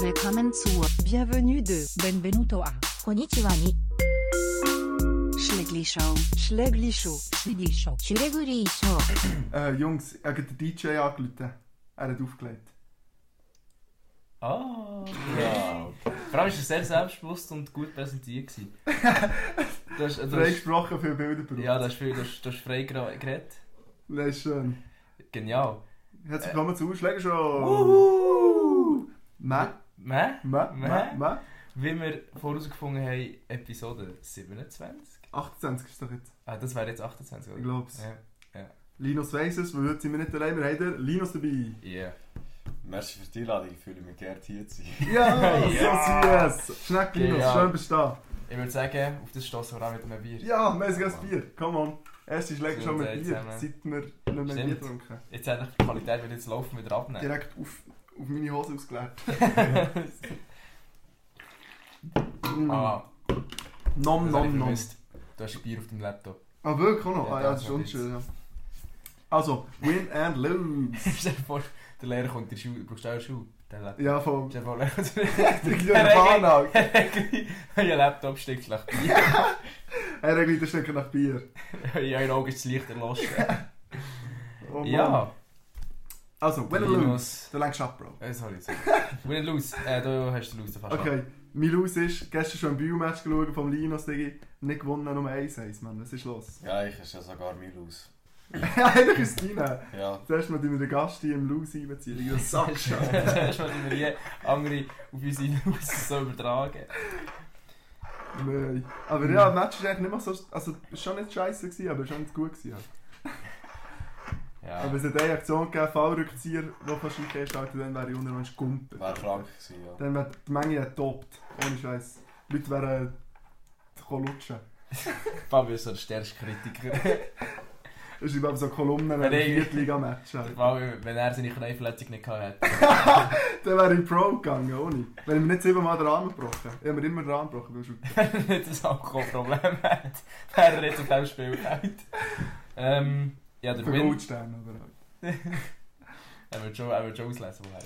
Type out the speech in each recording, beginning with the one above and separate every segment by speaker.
Speaker 1: Willkommen zur
Speaker 2: Bienvenue de
Speaker 3: Benvenuto a
Speaker 4: Konnichiwa ni
Speaker 1: Schlägli Show.
Speaker 2: Schlägli Show.
Speaker 3: Shidi Show.
Speaker 4: Shureguri Show.
Speaker 5: Äh, Jungs, ich habe den DJ angerufen. Er hat aufgelegt.
Speaker 6: Ah, ja. Vor allem war er sehr selbstbewusst und gut präsentiert. gewesen. Du hast, du
Speaker 5: Frei
Speaker 6: hast,
Speaker 5: gesprochen für Bilder braucht.
Speaker 6: ja, du hast, viel, du hast, du hast frei gera- geredet.
Speaker 5: Das ist schön.
Speaker 6: Genial. Äh.
Speaker 5: Herzlich willkommen zu Schläger Show. Meh,
Speaker 6: Mäh?
Speaker 5: meh, meh,
Speaker 6: Meh?
Speaker 5: meh.
Speaker 6: Wie wir vorausgefunden haben, Episode 27.
Speaker 5: 28 ist doch jetzt.
Speaker 6: Ah, das wäre jetzt 28,
Speaker 5: Ich
Speaker 6: oder?
Speaker 5: glaub's.
Speaker 6: Ja.
Speaker 5: Linus weiss es, weil heute sind wir nicht allein. Wir haben den Linus dabei.
Speaker 6: Yeah.
Speaker 7: Merci für die Einladung, ich fühle mich geehrt hier zu sein.
Speaker 5: Ja,
Speaker 6: Ja.
Speaker 5: so süß. Schneck Linus,
Speaker 6: Genial.
Speaker 5: schön bist du da.
Speaker 6: Ich würde sagen, auf das stoßen wir auch mit einem Bier.
Speaker 5: Ja, wir haben sogar ein Bier. Come on. Erste Schläger schon mit
Speaker 6: Stimmt,
Speaker 5: Bier,
Speaker 6: zusammen.
Speaker 5: seit wir nicht mehr
Speaker 6: Stimmt.
Speaker 5: Bier trinken.
Speaker 6: Jetzt hat ich die Qualität wieder jetzt laufen wieder abnehmen.
Speaker 5: Direkt auf, auf meine Hose ausgeleert. Genau. Mm.
Speaker 6: ah,
Speaker 5: Nom,
Speaker 6: das hab
Speaker 5: nom,
Speaker 6: ich
Speaker 5: nom.
Speaker 6: vermisst. Du hast ein Bier auf dem Laptop.
Speaker 5: Ah, wirklich auch noch?
Speaker 6: Ja,
Speaker 5: ah, ja, das
Speaker 6: das
Speaker 5: ist
Speaker 6: hab ich
Speaker 5: unschön, ja. Also, win and lose.
Speaker 6: Stell dir vor, der Lehrer kommt in die Schule, du brauchst auch eine Schule. Der Laptop.
Speaker 5: Ja, von
Speaker 6: Stell dir vor, der Lehrer kommt in die
Speaker 5: Dirk Fahrenhagen.
Speaker 6: Euer Laptop steckt schlecht ein.
Speaker 5: Er regelt den Stecker nach Bier.
Speaker 6: In euren Augen ist das Licht erloschen.
Speaker 5: Oh, Mann.
Speaker 6: ja,
Speaker 5: Also, win and lose.
Speaker 6: Linus.
Speaker 5: Du längst ab, Bro.
Speaker 6: Äh, sorry, sorry. Win and lose. Äh, du hast den Lose fast
Speaker 5: Okay, mein Lose ist, gestern schon ein Bio-Match geschaut vom Linus, Digi. Nicht gewonnen, nur 1-1, Mann. Was ist los?
Speaker 7: Ja, ich ist ja sogar mir aus.
Speaker 5: Eigentlich ist es deine.
Speaker 7: Ja,
Speaker 5: Zuerst mal tun wir den Gast hier im Lose einbeziehen. Digga, das Sack
Speaker 6: Zuerst mal die wir die andere auf unsere Lose so übertragen.
Speaker 5: Nein. Aber ja, das Match ist eigentlich nicht mehr so... Also, es war schon nicht scheiße, gewesen, aber es war schon nicht gut. Gewesen, ja.
Speaker 6: Ja,
Speaker 5: Aber es hat eine Aktion gegeben, Fallrückzieher, die fast eingestellt hat, dann wäre ich unter uns gekumpelt.
Speaker 7: wäre krank gewesen, ja.
Speaker 5: Dann wird die Menge getoppt. Ohne Scheiß. Die Leute wären kommen lutschen.
Speaker 6: Fabio ist so der stärkste Kritiker.
Speaker 5: Das ist eben so Kolumnen, wenn
Speaker 6: Wenn
Speaker 5: ich
Speaker 6: ich-
Speaker 5: Viertliga-Match habe.
Speaker 6: Fabio, wenn er seine Knieverletzung nicht gehabt hätte.
Speaker 5: Dann wäre ich Pro gegangen, ohne. Wenn ich mir nicht siebenmal den Arm gebrochen Ich habe mir immer den Arm gebrochen beim Shooten.
Speaker 6: Wenn er nicht das Alkoholproblem hätte, wäre er jetzt auf diesem Spielfeld. Ähm, ja, der
Speaker 5: Für
Speaker 6: Win...
Speaker 5: Goldstern, aber halt.
Speaker 6: Er wird schon, er wird schon auslesen, woher.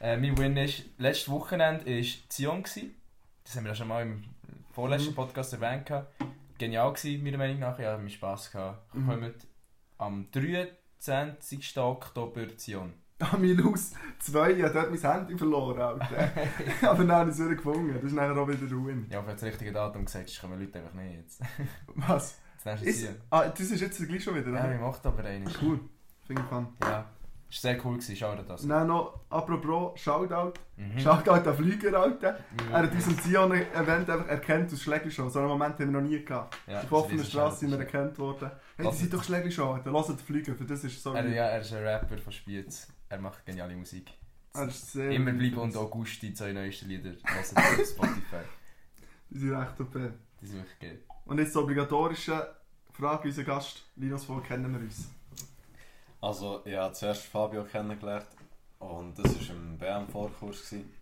Speaker 6: Äh, mein Win ist, letztes Wochenende war Zion. gsi. Das haben wir ja schon mal im vorletzten
Speaker 5: Mhm.
Speaker 6: Podcast erwähnt. gehabt. Genial war, meiner Meinung nach. Ja, mir Spass gehabt.
Speaker 5: Mhm.
Speaker 6: Kommt am 23. Oktober Zion.
Speaker 5: Ah, mein Luz 2, ich habe dort mein Handy verloren, Alter. aber dann habe ich es wieder gefunden. Das ist nachher auch wieder Ruin.
Speaker 6: Ja, für das richtige Datum gesagt, sonst kommen Leute einfach nicht jetzt.
Speaker 5: Was?
Speaker 6: Jetzt nächstes ist
Speaker 5: Ist,
Speaker 6: Zion.
Speaker 5: ah, das ist jetzt gleich schon wieder,
Speaker 6: Ja,
Speaker 5: oder?
Speaker 6: im Oktober rein.
Speaker 5: Cool. Finde ich fun.
Speaker 6: Ja. Ist sehr cool gewesen, schau dir das.
Speaker 5: Dann noch, apropos Shoutout.
Speaker 6: Mhm.
Speaker 5: Shoutout an Flüger, Alter.
Speaker 6: Wir-
Speaker 5: Er hat unseren Zion-Event einfach erkannt als Schlägershow. So einen Moment haben wir noch nie gehabt.
Speaker 6: Ja,
Speaker 5: Auf offener
Speaker 6: das ist
Speaker 5: Straße sind wir
Speaker 6: schade.
Speaker 5: erkannt worden. Hey, die
Speaker 6: Lass
Speaker 5: sind
Speaker 6: uns-
Speaker 5: doch Schlägershow, Alter. Hört die Flüge, für das ist so.
Speaker 6: Er,
Speaker 5: lieb.
Speaker 6: ja, er ist ein Rapper von Spiez. Er macht geniale Musik.
Speaker 5: Er Ah, ist sehr
Speaker 6: Immer
Speaker 5: lieb.
Speaker 6: bleiben und Augusti, zwei neuesten Lieder. Lassen wir auf Spotify.
Speaker 5: Die sind echt top.
Speaker 6: Die sind wirklich geil.
Speaker 5: Und jetzt die obligatorische Frage unseren Gast. Linus, wo kennen wir uns?
Speaker 7: Also, ich habe zuerst Fabio kennengelernt und das war im BM-Vorkurs. gewesen.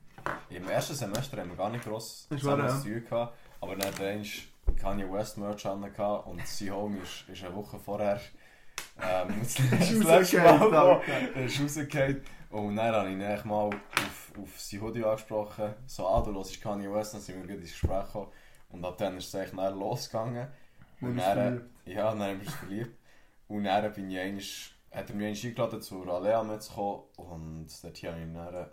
Speaker 7: Im ersten Semester haben wir gar nicht gross
Speaker 5: Ist
Speaker 7: zusammen
Speaker 5: wahr,
Speaker 7: zu tun gehabt, aber dann hatte ich Kanye West Merch an gehabt und sein Homie ist, ist eine Woche vorher ähm, das letzte Mal
Speaker 5: rausgefallen,
Speaker 7: gekommen.
Speaker 5: Alter.
Speaker 7: Er ist rausgefallen. Und dann habe ich ihn echt mal auf, auf sein Hoodie angesprochen. So, ah, du hörst Kanye West, dann sind wir gut ins Gespräch gekommen. Und ab dann ist es eigentlich dann losgegangen.
Speaker 5: Dann
Speaker 7: Und
Speaker 5: bist du
Speaker 7: dann, ja, dann haben wir uns verliebt. Und dann bin ich einmal, hat er mich einmal eingeladen, zur Alea mitzukommen. Und dort habe ich ihn dann...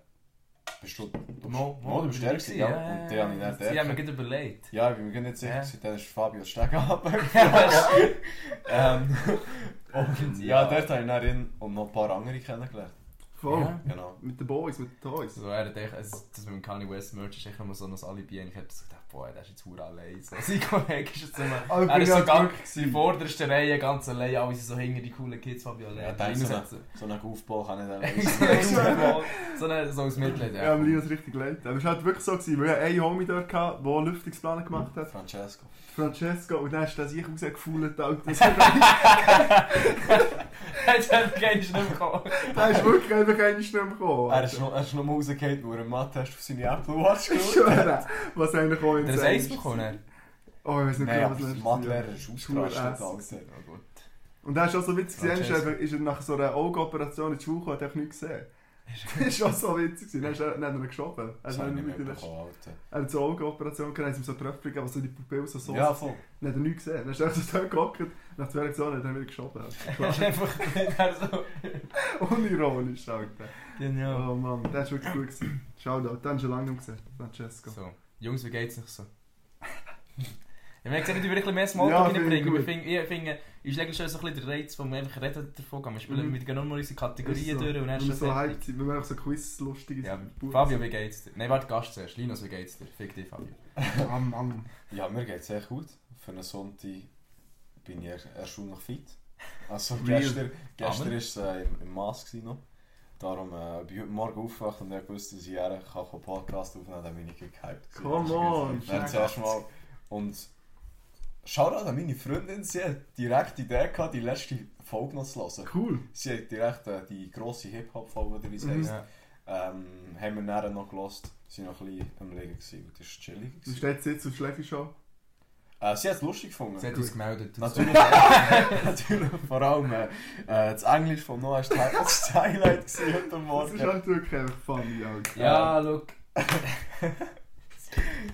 Speaker 7: Bist du... du
Speaker 6: Mo,
Speaker 7: Mo, du bist der gewesen, ja. Und die habe ich dann
Speaker 6: Ja, mir
Speaker 7: dort...
Speaker 6: gerade überlegt.
Speaker 7: Ja, ich bin mir gar nicht sicher,
Speaker 6: Ja.
Speaker 7: gewesen. dann ist Fabio Steg abgegangen. ähm, und ja, dort habe ich dann ihn und noch ein paar andere kennengelernt.
Speaker 5: Voll.
Speaker 6: Ja.
Speaker 7: Genau.
Speaker 5: Mit den Boys, mit den Toys.
Speaker 6: So, er hat echt, also, das mit dem Kanye West Merch ist echt immer so ein Alibi. Und Ich hab so gedacht, boah, der ist jetzt hure allein. So, sein Kollege ist jetzt immer...
Speaker 5: Aber ich
Speaker 6: er
Speaker 5: bin
Speaker 6: ist
Speaker 5: ja
Speaker 6: so ganz...
Speaker 5: glücklich
Speaker 6: Die vorderste Reihe ganz allein, alle sind so hinter die coolen Kids, Fabio
Speaker 7: Ja,
Speaker 6: allein.
Speaker 7: dann so einen-
Speaker 6: so
Speaker 7: so einen Aufbau kann ich dann
Speaker 6: so eine- so aus Mitleid,
Speaker 5: Ja,
Speaker 6: ja.
Speaker 5: am Linus richtig leid. Aber es war halt wirklich so, gewesen, weil wir einen Homie dort hatten, der Lüftungspläne gemacht hat.
Speaker 7: Francesco.
Speaker 5: Francesco, und dann ist das ich rausgefuhlt, Alter.
Speaker 6: Jetzt hat er nicht mehr gekommen.
Speaker 5: Da ist wirklich einfach keine Stimme gekommen.
Speaker 7: Er ist noch, er ist noch mal rausgefallen, weil er einen Mathe-Test auf seine Apple Watch geschaut hat.
Speaker 5: Schöne, was eigentlich auch
Speaker 6: Hat er ein
Speaker 5: insane
Speaker 6: Eis
Speaker 5: ist.
Speaker 6: bekommen? ne? er?
Speaker 5: Oh, ich weiß nicht,
Speaker 7: Nein,
Speaker 5: genau,
Speaker 7: aber
Speaker 5: was
Speaker 7: der
Speaker 5: letztes Jahr-
Speaker 7: Mathelehrer ist ausgerastet.
Speaker 5: Schule-
Speaker 7: Alter.
Speaker 6: Ja, gut.
Speaker 5: Und er ist auch so witzig, gesehen, ist,
Speaker 6: Francesco.
Speaker 5: einfach, ist er nach so einer Augeoperation in die Schule gekommen und hat einfach nichts gesehen. Das war so witzig. gewesen. Dann hast du- Dann hat er ihn geschoben. Er
Speaker 7: Das
Speaker 5: hat
Speaker 7: habe
Speaker 5: ihn
Speaker 7: ich nicht
Speaker 5: nicht mit-
Speaker 7: mitbekommen, Alter.
Speaker 5: er hat so Augenoperation gehabt, dann haben sie ihm so Tröpfchen gegeben, also die Pupille so so.
Speaker 7: Ja, voll.
Speaker 5: Dann hat er nichts gesehen. Dann hast du einfach so dort gehockt, nach zwei Reaktionen hat er ihn wieder geschoben.
Speaker 6: Er ist einfach er so.
Speaker 5: Unironisch, Alter.
Speaker 6: Genau.
Speaker 5: Oh Mann, das war wirklich gut. Gewesen. Schau da, den hast du schon lange nicht gesehen, Francesco.
Speaker 6: So. Jungs, wie geht's euch so? Ich meine, ich sehe nicht, wie wir ein bisschen mehr Smalltalk
Speaker 5: Ja, finde ich
Speaker 6: reinbringen.
Speaker 5: gut.
Speaker 6: Ich finde, ich finde, ist eigentlich schon so ein bisschen der Reiz, wo wir einfach reden davon gehen. Wir spielen
Speaker 5: Mhm.
Speaker 6: mit genau mal unsere Kategorien
Speaker 5: Ist so.
Speaker 6: durch und
Speaker 5: Wenn
Speaker 6: dann
Speaker 5: wir
Speaker 6: ist
Speaker 5: so
Speaker 6: das
Speaker 5: hyped sind, wenn wir einfach so Quiz-lustig
Speaker 6: Ja,
Speaker 5: sind.
Speaker 6: Fabio, wie geht's dir? Nein, warte, Gast zuerst. Linus, wie geht's dir? Fick dich, Fabio.
Speaker 5: Oh Mann.
Speaker 7: Ja, mir geht es echt gut. Für einen Sonntag bin ich er- erstaunlich fit. Also
Speaker 5: Real.
Speaker 7: gestern, gestern
Speaker 6: Amen.
Speaker 7: ist es äh, im, im Mass gewesen noch. Darum äh, bin ich heute Morgen aufgewacht und ich wusste, dass ich einen Podcast aufnehmen kann, dann bin ich gehypt. gewesen.
Speaker 5: Come on,
Speaker 7: Dann
Speaker 5: check.
Speaker 7: zuerst mal. Und schau da an meine Freundin, sie hat direkt die Idee gehabt, die letzte Folge noch zu hören.
Speaker 5: Cool.
Speaker 7: Sie hat direkt äh, die grosse Hip-Hop-Folge, wie es
Speaker 5: Mhm.
Speaker 7: heisst,
Speaker 6: Ja.
Speaker 7: ähm, haben wir nachher noch gehört. Sie waren noch ein bisschen am Liegen. gewesen und Das war chillig.
Speaker 5: Du
Speaker 7: gewesen.
Speaker 5: stehst jetzt auf Schläfi schon.
Speaker 7: Äh, sie hat es lustig gefunden.
Speaker 6: Sie hat uns gemeldet.
Speaker 7: Natürlich, natürlich vor allem äh, äh, das Englisch von Noah ist das Highlight gewesen heute
Speaker 5: Das ist
Speaker 7: Morgen.
Speaker 5: halt wirklich einfach funny, Alter.
Speaker 6: Ja, look.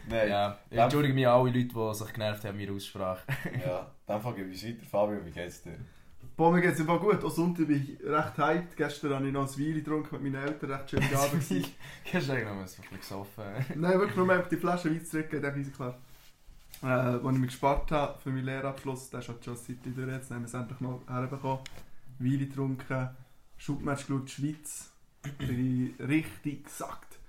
Speaker 7: Nein, ja.
Speaker 6: Ja, ich entschuldige mich an alle Leute, die sich genervt haben mit meiner Aussprache.
Speaker 7: ja. Dann fange ich weiter. Fabio, wie geht's dir?
Speaker 5: Boah, mir geht's einfach gut. Auch Sonntag bin ich recht hyped. Gestern habe ich noch ein Weile getrunken mit meinen Eltern. Recht schön Abend gewesen.
Speaker 6: Hast du eigentlich noch mal so ein bisschen gesoffen?
Speaker 5: Nein, wirklich nur einfach die Flasche Wein zurückgeben, der ist klar. Äh, als ich mich gespart habe für meinen Lehrabschluss, der ist halt schon seit ich durch jetzt. Dann haben wir es endlich mal herbekommen. Weile getrunken, Schubmatch geschaut, Schweiz. Bin ich richtig gesackt.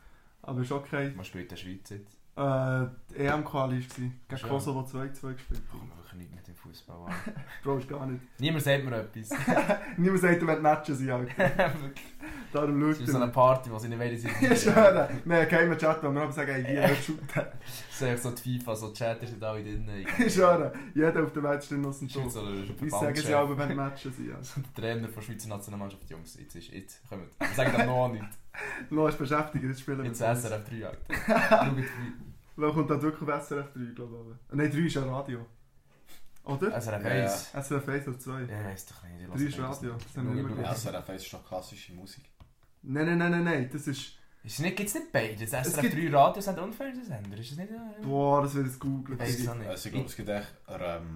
Speaker 5: Aber ist okay.
Speaker 6: Man spielt in der Schweiz jetzt.
Speaker 5: Äh, die EM-Quali war gegen
Speaker 6: Schön.
Speaker 5: Kosovo 2-2 gespielt.
Speaker 6: Ich komme wirklich nicht mit dem Fußball an.
Speaker 5: Bro, ist gar nicht.
Speaker 6: Niemand sagt mir etwas.
Speaker 5: Niemand sagt, er will Matches sein, Alter.
Speaker 6: Wirklich.
Speaker 5: Darum
Speaker 6: Es
Speaker 5: schaut
Speaker 6: ist so eine
Speaker 5: er.
Speaker 6: Party, wo sie nicht wissen,
Speaker 5: Ich
Speaker 6: dass sie
Speaker 5: schwöre. Nein, kein Chat, wo wir aber sagen, hey, hier, hör zu.
Speaker 6: Es ist echt so die FIFA, so die Chat ist nicht alle drin.
Speaker 5: Ich schwöre. Jeder auf der Welt steht aus dem
Speaker 6: Das ist nicht
Speaker 5: Tor.
Speaker 6: so der
Speaker 5: Ich sage sie
Speaker 6: Verbandschef.
Speaker 5: aber, wenn Matches sind, Alter.
Speaker 6: So der Trainer von der Schweizer Nationalmannschaft, Jungs, jetzt ist jetzt. Kommt. Ich sage dann noch nicht.
Speaker 5: Los, beschäftigt, jetzt spielen wir.
Speaker 6: Jetzt SRF 3, Alter. Schaut rein.
Speaker 5: Lo kommt da wirklich auf SRF 3, glaube ich. Nein, 3 ist ja Radio. Oder?
Speaker 6: SRF
Speaker 7: Ja.
Speaker 6: 1.
Speaker 5: SRF 1 oder 2.
Speaker 6: Ja, weiss doch nicht. ich lasse
Speaker 5: 3 ist Radio.
Speaker 6: nicht.
Speaker 5: Das haben wir nicht
Speaker 6: Schau, schau.
Speaker 5: mehr
Speaker 7: Ja,
Speaker 5: gehört.
Speaker 7: SRF ist schon klassische Musik.
Speaker 5: Nein, nein, nein, nein, nein. Das ist.
Speaker 6: Ist nicht, gibt's nicht beides?
Speaker 5: Es
Speaker 6: SRF
Speaker 5: gibt-
Speaker 6: 3 Radiosender und Fernsehsender? Ist das nicht... äh,
Speaker 5: Boah, das wird jetzt googeln.
Speaker 6: Weiss ich
Speaker 5: Das
Speaker 6: auch nicht.
Speaker 7: Also ich glaube, es gibt echt ähm,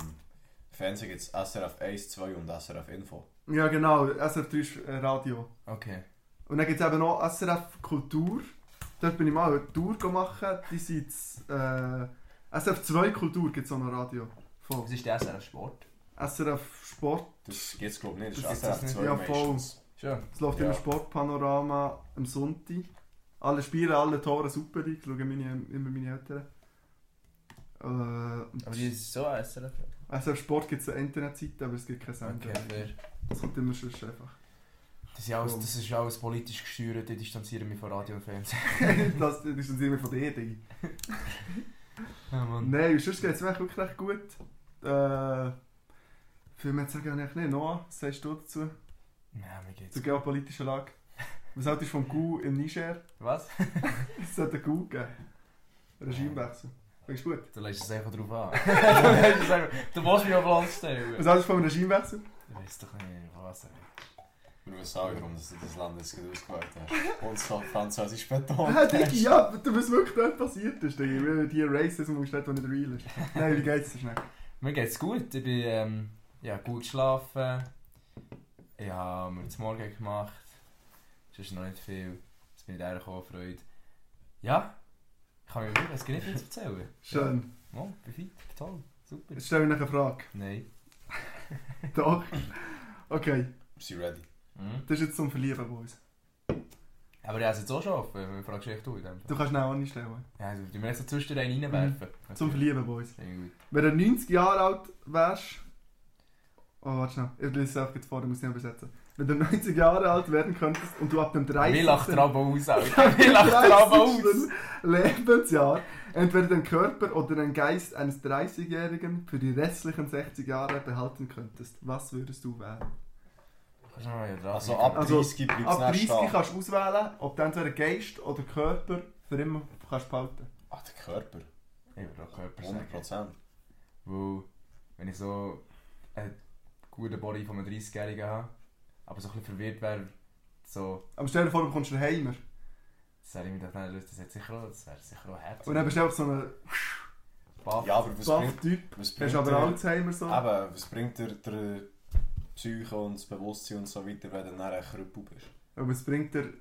Speaker 7: Fernsehen gibt es SRF 1, 2 und SRF Info.
Speaker 5: ist- Ja, genau. SRF 3 ist äh, Radio.
Speaker 6: Okay.
Speaker 5: Und dann gibt es eben noch SRF Kultur. Dort bin ich mal eine Tour gemacht. Die sind z- äh, SRF 2 Kultur gibt es auch noch Radio. Von
Speaker 6: Was ist der SRF Sport?
Speaker 5: SRF Sport.
Speaker 7: Das gibt es glaube ich nicht.
Speaker 6: Das ist das
Speaker 7: Das ist SRF
Speaker 6: nicht.
Speaker 7: 2
Speaker 5: Ja,
Speaker 7: meistens.
Speaker 6: Schon.
Speaker 5: Es läuft
Speaker 7: Ja.
Speaker 5: immer Sportpanorama am Sonntag. Alle Spiele, alle Tore super. Ich schaue meine, immer meine Eltern. Äh, und
Speaker 6: Aber die ist so SRF.
Speaker 5: SRF Sport gibt es eine Internetseite, aber es gibt keine Sender.
Speaker 6: Okay, fair.
Speaker 5: Das kommt immer sonst einfach.
Speaker 6: Das ist, ja alles, das ist ja alles politisch gesteuert, die distanzieren mich von Radio und Fernsehen.
Speaker 5: das, das ist dann immer von der Idee.
Speaker 6: Ja, Mann.
Speaker 5: Nein, sonst geht es mir eigentlich wirklich recht gut. Äh, viel mehr zu sagen habe ich eigentlich nicht. Noah, was sagst du dazu?
Speaker 6: Ja, mir geht's.
Speaker 5: Zur geopolitischen Lage. Was hältst du vom Coup im Niger?
Speaker 6: Was?
Speaker 5: Es sollte einen Coup geben. Regimewechsel. Findest du gut?
Speaker 6: Du lässt es einfach drauf an. du, lässt es einfach, du musst mich auf Land stellen.
Speaker 5: Was hältst du vom Regimewechsel?
Speaker 6: Ich weiß doch nicht, was. ey.
Speaker 7: Wir wissen auch, warum dass du das Land jetzt gerade ausgewählt hast. Und so französisch
Speaker 6: Oh,
Speaker 7: Beton.
Speaker 5: Ah, Diggi, ja, du weißt wirklich dort passiert ist, Diggi. Weil die Racism ist dort, wo nicht real ist. Nein, wie geht's dir schnell?
Speaker 6: Mir geht's gut. Ich bin ähm, ja, gut geschlafen. Ich habe mir das Morgen gemacht. Es ist noch nicht viel. Jetzt bin ich hergekommen, Freude. Ja, ich kann mir wirklich es gibt nicht viel zu erzählen.
Speaker 5: Schön.
Speaker 6: Ja, oh, bin fit, toll, super.
Speaker 5: Jetzt stelle ich noch eine Frage.
Speaker 6: Nein.
Speaker 5: Doch. Okay,
Speaker 7: Sie ready.
Speaker 6: Mhm.
Speaker 5: das ist jetzt zum Verlieben, Boys.
Speaker 6: Aber ich habe es jetzt auch schon offen, wenn du fragst, echt du in dem Fall.
Speaker 5: Du kannst schnell eine stellen.
Speaker 6: Ja, also, du mir jetzt so zwischen einen reinwerfen. Okay.
Speaker 5: Mhm. Zum Verlieben, Boys.
Speaker 6: Finde ich
Speaker 5: Wenn du 90 Jahre alt wärst. Oh, warte schnell. Ich lese es auch jetzt vor, ich muss nicht übersetzen. Wenn du 90 Jahre alt werden könntest und du ab dem
Speaker 6: gut.
Speaker 5: 30.
Speaker 6: Mir lacht der Abo aus, Alter. Mir lacht der Abo aus.
Speaker 5: 30. Lebensjahr entweder den Körper oder den Geist eines 30-Jährigen für die restlichen 60 Jahre behalten könntest, was würdest du wählen?
Speaker 6: Ah, ja, drauf.
Speaker 7: Also ab
Speaker 5: Also,
Speaker 7: 30 bleibt
Speaker 5: Ab
Speaker 7: es nicht
Speaker 5: 30
Speaker 7: stehen.
Speaker 5: kannst du auswählen, ob du entweder Geist oder Körper für immer kannst behalten.
Speaker 7: Ah, der Körper.
Speaker 6: Ich würde auch Körper sagen.
Speaker 7: 100%.
Speaker 6: Weil, wenn ich so einen guten Body von einem 30-Jährigen habe, aber so ein bisschen verwirrt wäre, So,
Speaker 5: Aber stell dir vor, du bekommst einen Heimer.
Speaker 6: das habe ich mir gedacht, nein, Leute, das, hat sicher auch, das wäre sicher auch herzig.
Speaker 5: Und dann bist du einfach so ein
Speaker 6: Baff.
Speaker 7: Ja, aber was bringt,
Speaker 5: Buff-Typ.
Speaker 7: was bringt
Speaker 5: Hast aber
Speaker 7: dir-
Speaker 5: Alzheimer so.
Speaker 7: Eben, was bringt dir der Psyche und das Bewusstsein und so weiter, wenn du dann ein Krüppel bist?
Speaker 5: Aber es bringt dir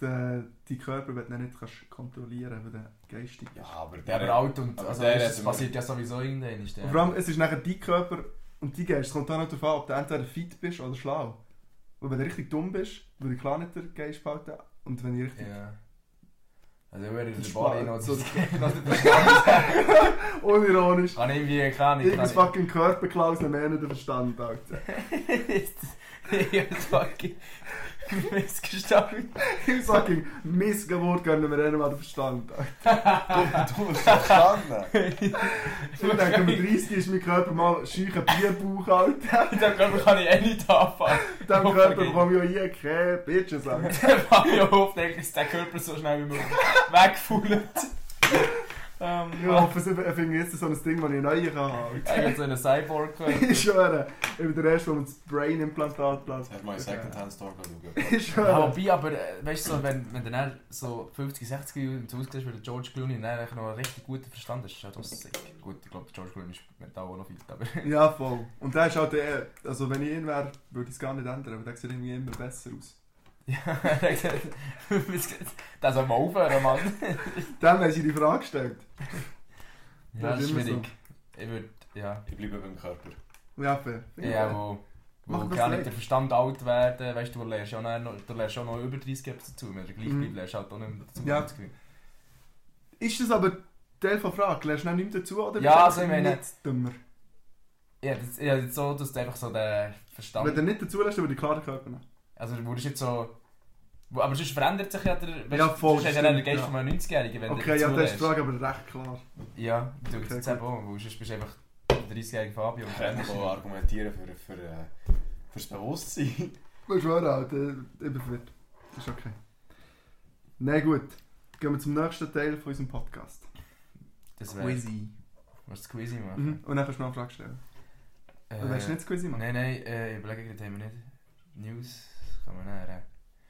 Speaker 5: den, die Körper, wenn du ihn nicht kannst kontrollieren kannst, weil du geistig bist.
Speaker 7: Ja, aber
Speaker 6: Ja,
Speaker 7: der...
Speaker 6: aber alt und
Speaker 7: aber
Speaker 6: also,
Speaker 7: der
Speaker 6: weißt,
Speaker 7: hat
Speaker 6: das
Speaker 7: immer-
Speaker 6: passiert ja sowieso irgendwann. Ist der.
Speaker 5: Und vor allem, es ist nachher dein Körper und dein Geist. Es kommt auch noch darauf an, ob du entweder fit bist oder schlau. Und wenn du richtig dumm bist, würde ich klar nicht den Geist behalten. Und wenn ich richtig...
Speaker 6: Ja. Also, ich würde
Speaker 5: Das
Speaker 6: den
Speaker 5: ist
Speaker 6: Ball
Speaker 5: spannend.
Speaker 6: noch
Speaker 5: So-
Speaker 6: zu Kann
Speaker 5: Unironisch.
Speaker 6: ich irgendwie, kann ich.
Speaker 5: Irgendein
Speaker 6: Kann
Speaker 5: fucking Körperklauseln mehr nicht den Verstand, Alter.
Speaker 6: ich. Ich hab's fucking missgestanden.
Speaker 5: Im fucking Missgeburt gönnen wir einem mal den Verstand. Alter.
Speaker 7: Du musst doch lernen.
Speaker 5: Ich denke, mit 30 ist mein Körper mal scheuchen Bierbauch, Alter.
Speaker 6: Mit dem Körper kann ich eh nicht anfangen.
Speaker 5: Mit dem Körper bekomme ich auch hier keine Bitches, Alter.
Speaker 6: Der Mario hofft eigentlich, dass der Körper so schnell wie möglich wegfällt. Ähm,
Speaker 5: Ich hoffe, es ist- ich finde jetzt so ein Ding, das ich neu kann, Alter.
Speaker 6: Eigentlich so einen Cyborg. eh.
Speaker 5: Ich schwöre, ich bin der Erste, der mir das Brain-Implantat
Speaker 7: Das
Speaker 5: platzt.
Speaker 7: hat mal in Secondhand Store geschaut.
Speaker 5: Ich
Speaker 6: Ja,
Speaker 5: schwöre.
Speaker 6: wobei, aber äh, weißt du, so, wenn, wenn du dann so 50, 60 Jahre im Haus siehst, weil George Clooney dann eigentlich noch einen richtig guten Verstand hast, ist ja das sick. Gut, ich glaube, George Clooney ist mental auch noch fit, aber...
Speaker 5: Ja, voll. Und der ist halt der, also wenn ich ihn wäre, würde ich es gar nicht ändern, aber der sieht irgendwie immer besser aus.
Speaker 6: ja, er hat gesagt, das soll mal aufhören, Mann.
Speaker 5: Dann hast du die Frage gestellt.
Speaker 6: Ja, das ist
Speaker 5: ist immer
Speaker 6: schwierig. Ich würde, ja,
Speaker 7: Ich bleibe beim Körper.
Speaker 5: Ja, fair.
Speaker 6: ja, wo... Wo
Speaker 5: Mach das
Speaker 6: kann
Speaker 5: weg.
Speaker 6: nicht der Verstand alt werden, weißt du, du lernst ja dann noch, du lernst ja noch über 30 etwas dazu, wenn du gleich
Speaker 5: Mhm.
Speaker 6: bleibst, lernst du halt auch nicht mehr dazu.
Speaker 5: Ja.
Speaker 6: habe ich das Gefühl.
Speaker 5: Ist das aber Teil von Frage? Lernst du dann nichts dazu oder
Speaker 6: Ja,
Speaker 5: bist du
Speaker 6: also ich meine-
Speaker 5: nicht dümmer?
Speaker 6: Ja, das, ja, das ist so, dass du einfach so den
Speaker 5: Wenn
Speaker 6: Verstand...
Speaker 5: du nicht dazu lässt, würde ich klar den Körper nehmen.
Speaker 6: Also du wurdest jetzt so... wo- Aber sonst verändert sich ja der...
Speaker 5: Ja, voll,
Speaker 6: Sonst hast du ja dann den
Speaker 5: stimmt,
Speaker 6: Geist
Speaker 5: ja.
Speaker 6: von einem 90-Jährigen, wenn
Speaker 5: Okay,
Speaker 6: du
Speaker 5: ja,
Speaker 6: dazu
Speaker 5: das ist die
Speaker 6: lernst.
Speaker 5: Frage, aber recht klar.
Speaker 6: Ja, du
Speaker 5: Okay,
Speaker 6: okay, jetzt
Speaker 5: gut.
Speaker 6: eben auch, weil sonst bist du einfach der 30-jährige Fabio und
Speaker 7: Ich kann
Speaker 6: veränderst dich
Speaker 7: auch
Speaker 6: nicht.
Speaker 7: argumentieren für, für, äh, fürs Bewusstsein.
Speaker 5: Ich schwöre, Alter, ich bin verwirrt. Ist okay. Na gut, gehen wir zum nächsten Teil von unserem Podcast.
Speaker 6: Das wäre... Quizzy. Willst du das Quizzy machen?
Speaker 5: Mhm. Und dann kannst du mir eine Frage stellen.
Speaker 6: Äh,
Speaker 5: Äh, weißt du nicht das Quiz machen?
Speaker 6: Nein, nein, äh, ich überlege gerade, haben wir nicht... News? Kann man näher...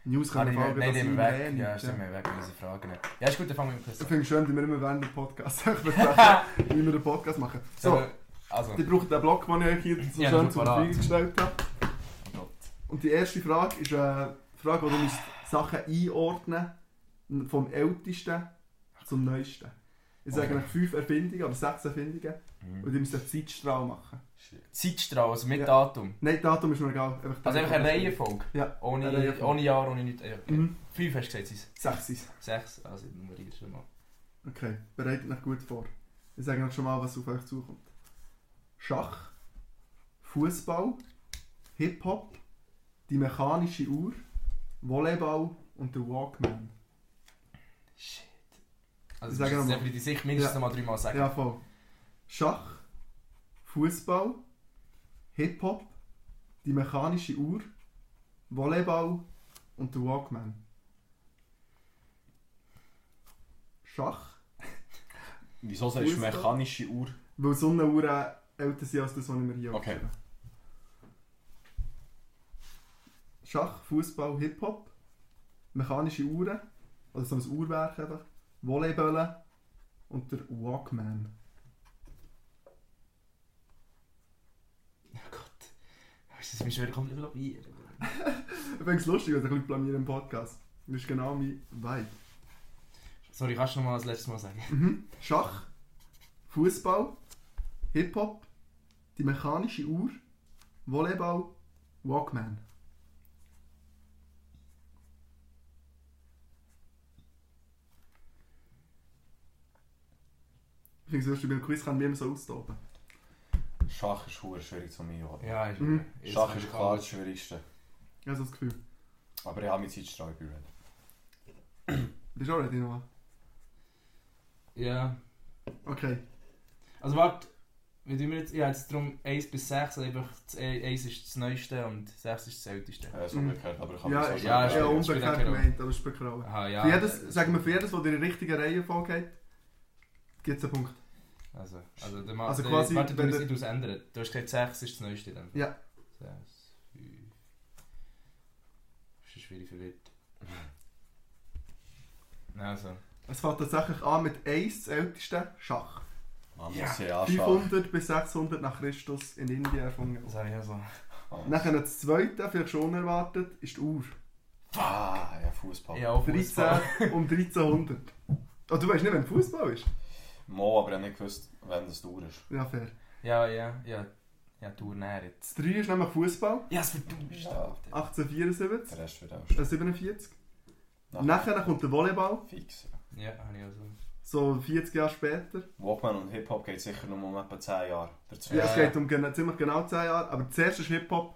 Speaker 5: News
Speaker 6: Kann
Speaker 5: können
Speaker 6: ich
Speaker 5: wir
Speaker 6: nicht...
Speaker 5: folgen,
Speaker 6: Nein, die haben wir
Speaker 5: das
Speaker 6: weg.
Speaker 5: sind
Speaker 6: Ja,
Speaker 5: wenig,
Speaker 6: stimmt, wir haben weg mit unseren Fragen. Ja, ist gut, dann fangen wir mit dem
Speaker 5: Ich
Speaker 6: Quiz
Speaker 5: finde es schön, dass wir immer während dem Podcast besprechen,
Speaker 6: an.
Speaker 5: wie wir den Podcast machen. So,
Speaker 6: So, also...
Speaker 5: die braucht den Block, den ich euch hier so
Speaker 6: Ja,
Speaker 5: schön
Speaker 6: das
Speaker 5: zur
Speaker 6: ist
Speaker 5: Verfügung gestellt habe.
Speaker 6: Oh Gott.
Speaker 5: Und die erste Frage ist eine Frage, wo du musst Sachen einordnen vom Ältesten zum Neuesten. Ich sage
Speaker 6: Okay.
Speaker 5: nach fünf Erfindungen oder sechs Erfindungen und
Speaker 6: Mhm.
Speaker 5: ihr müsst einen Zeitstrahl machen.
Speaker 7: Shit.
Speaker 6: Zeitstrahl, also mit
Speaker 5: Ja.
Speaker 6: Datum.
Speaker 5: Nein, Datum ist mir egal. Einfach
Speaker 6: Also einfach eine Reihenfolge?
Speaker 5: Ja,
Speaker 6: Ohne,
Speaker 5: eine Reihenfolge.
Speaker 6: ohne Jahr, ohne nichts. Ja, okay.
Speaker 5: Mhm.
Speaker 6: Fünf hast du gesagt, sind's.
Speaker 5: Sechs ist.
Speaker 6: sechs, also nummeriert schon mal.
Speaker 5: Okay, bereitet euch gut vor. Ich sage euch schon mal, was auf euch zukommt. Schach, Fußball, Hip-Hop, die mechanische Uhr, Volleyball und der Walkman.
Speaker 6: Shit. Also
Speaker 5: Sag
Speaker 6: Sag
Speaker 5: noch
Speaker 6: musst
Speaker 5: mal.
Speaker 6: jetzt die Sicht mindestens
Speaker 5: Ja.
Speaker 6: noch mal dreimal sagen.
Speaker 5: Ja, voll. Schach, Fußball, Hip-Hop, die mechanische Uhr, Volleyball und der Walkman. Schach,
Speaker 7: Wieso sagst du
Speaker 5: Fußball?
Speaker 7: mechanische Uhr?
Speaker 5: weil Sonnenuhren älter sind als das, was ich mir hier
Speaker 7: Okay.
Speaker 5: aufschreibe. Schach, Fußball, Hip-Hop, mechanische Uhren, also so ein Uhrwerk einfach, Volleyball und der Walkman.
Speaker 6: Oh Gott. Das ist mir schon wieder komplett blamiert.
Speaker 5: Ich finde es lustig, dass ich ein bisschen blamiere im Podcast. Das ist genau mein Vibe.
Speaker 6: Sorry, kannst du noch mal das letzte Mal sagen?
Speaker 5: Mhm. Schach, Fußball, Hip-Hop, die mechanische Uhr, Volleyball, Walkman. Ich finde es lustig, beim Quiz kann man immer so austoben.
Speaker 7: Schach ist hure schwierig zu mir. oder?
Speaker 6: Ja, ist
Speaker 5: Mhm.
Speaker 7: Schach ist klar das Schwierigste.
Speaker 5: Ich habe so das Gefühl.
Speaker 7: Aber ich habe meinen Zeitstrahl berührt.
Speaker 5: Bist du auch ready, Noah?
Speaker 6: Ja.
Speaker 5: Okay.
Speaker 6: Also warte. Wie tun wir jetzt? Ich habe jetzt darum 1 bis 6, einfach das 1 ist das Neueste und 6 ist das Älteste.
Speaker 7: Äh, ist
Speaker 5: Mhm.
Speaker 7: umgekehrt, aber ich habe
Speaker 5: Ja,
Speaker 7: mich
Speaker 5: ich
Speaker 7: so
Speaker 6: ja,
Speaker 5: ja,
Speaker 6: ist
Speaker 5: ja,
Speaker 7: schnell
Speaker 6: unbe-
Speaker 7: berührt.
Speaker 5: unbekannt
Speaker 6: Spielverkehr.
Speaker 5: gemeint, aber es ist begraben.
Speaker 6: Aha, ja.
Speaker 5: Für jedes, sagen wir, für jedes, was in der richtigen Reihenfolge geht, gibt es einen Punkt.
Speaker 6: Also, also, der Ma
Speaker 5: Also
Speaker 6: der,
Speaker 5: quasi,
Speaker 6: warte, du
Speaker 5: wenn
Speaker 6: musst
Speaker 5: der-
Speaker 6: es ändern. Du hast gesagt, 6 ist das Neueste dann.
Speaker 5: Ja.
Speaker 6: 6, 5, schwierig verwirrt. Also,
Speaker 5: Es fängt tatsächlich an mit Ace, das älteste Schach.
Speaker 7: Man
Speaker 6: Ja,
Speaker 7: muss ja anschauen.
Speaker 5: 500 bis 600 nach Christus in Indien erfunden.
Speaker 6: das habe ich ja so.
Speaker 5: Nachher das zweite, vielleicht schon unerwartet, ist die Uhr.
Speaker 7: Ah, ja, Fußball.
Speaker 6: Ja, auch 13.
Speaker 5: 13 um 1300. Oh, du weißt nicht, wenn Fußball ist?
Speaker 7: Mo, aber ich habe nicht gewusst, wann das dauert. ist.
Speaker 5: Ja, fair.
Speaker 6: Ja, ja, ja. Ja, Tournäre jetzt.
Speaker 5: Das 3 ist nämlich Fußball,
Speaker 6: Ja, es verdammt.
Speaker 7: Ja.
Speaker 5: 1874,
Speaker 7: Der Rest wird auch
Speaker 5: äh,
Speaker 7: schon.
Speaker 5: 47.
Speaker 7: Nachher-
Speaker 5: Nachher kommt der Volleyball,
Speaker 7: Fix.
Speaker 6: Ja, habe ich auch so.
Speaker 5: so 40 Jahre später.
Speaker 7: Walkman und Hip-Hop geht sicher nur um etwa 10 Jahre. Dazu.
Speaker 5: Ja, es
Speaker 6: Ja.
Speaker 5: geht um gena- ziemlich genau 10 Jahre, aber zuerst ist Hip-Hop.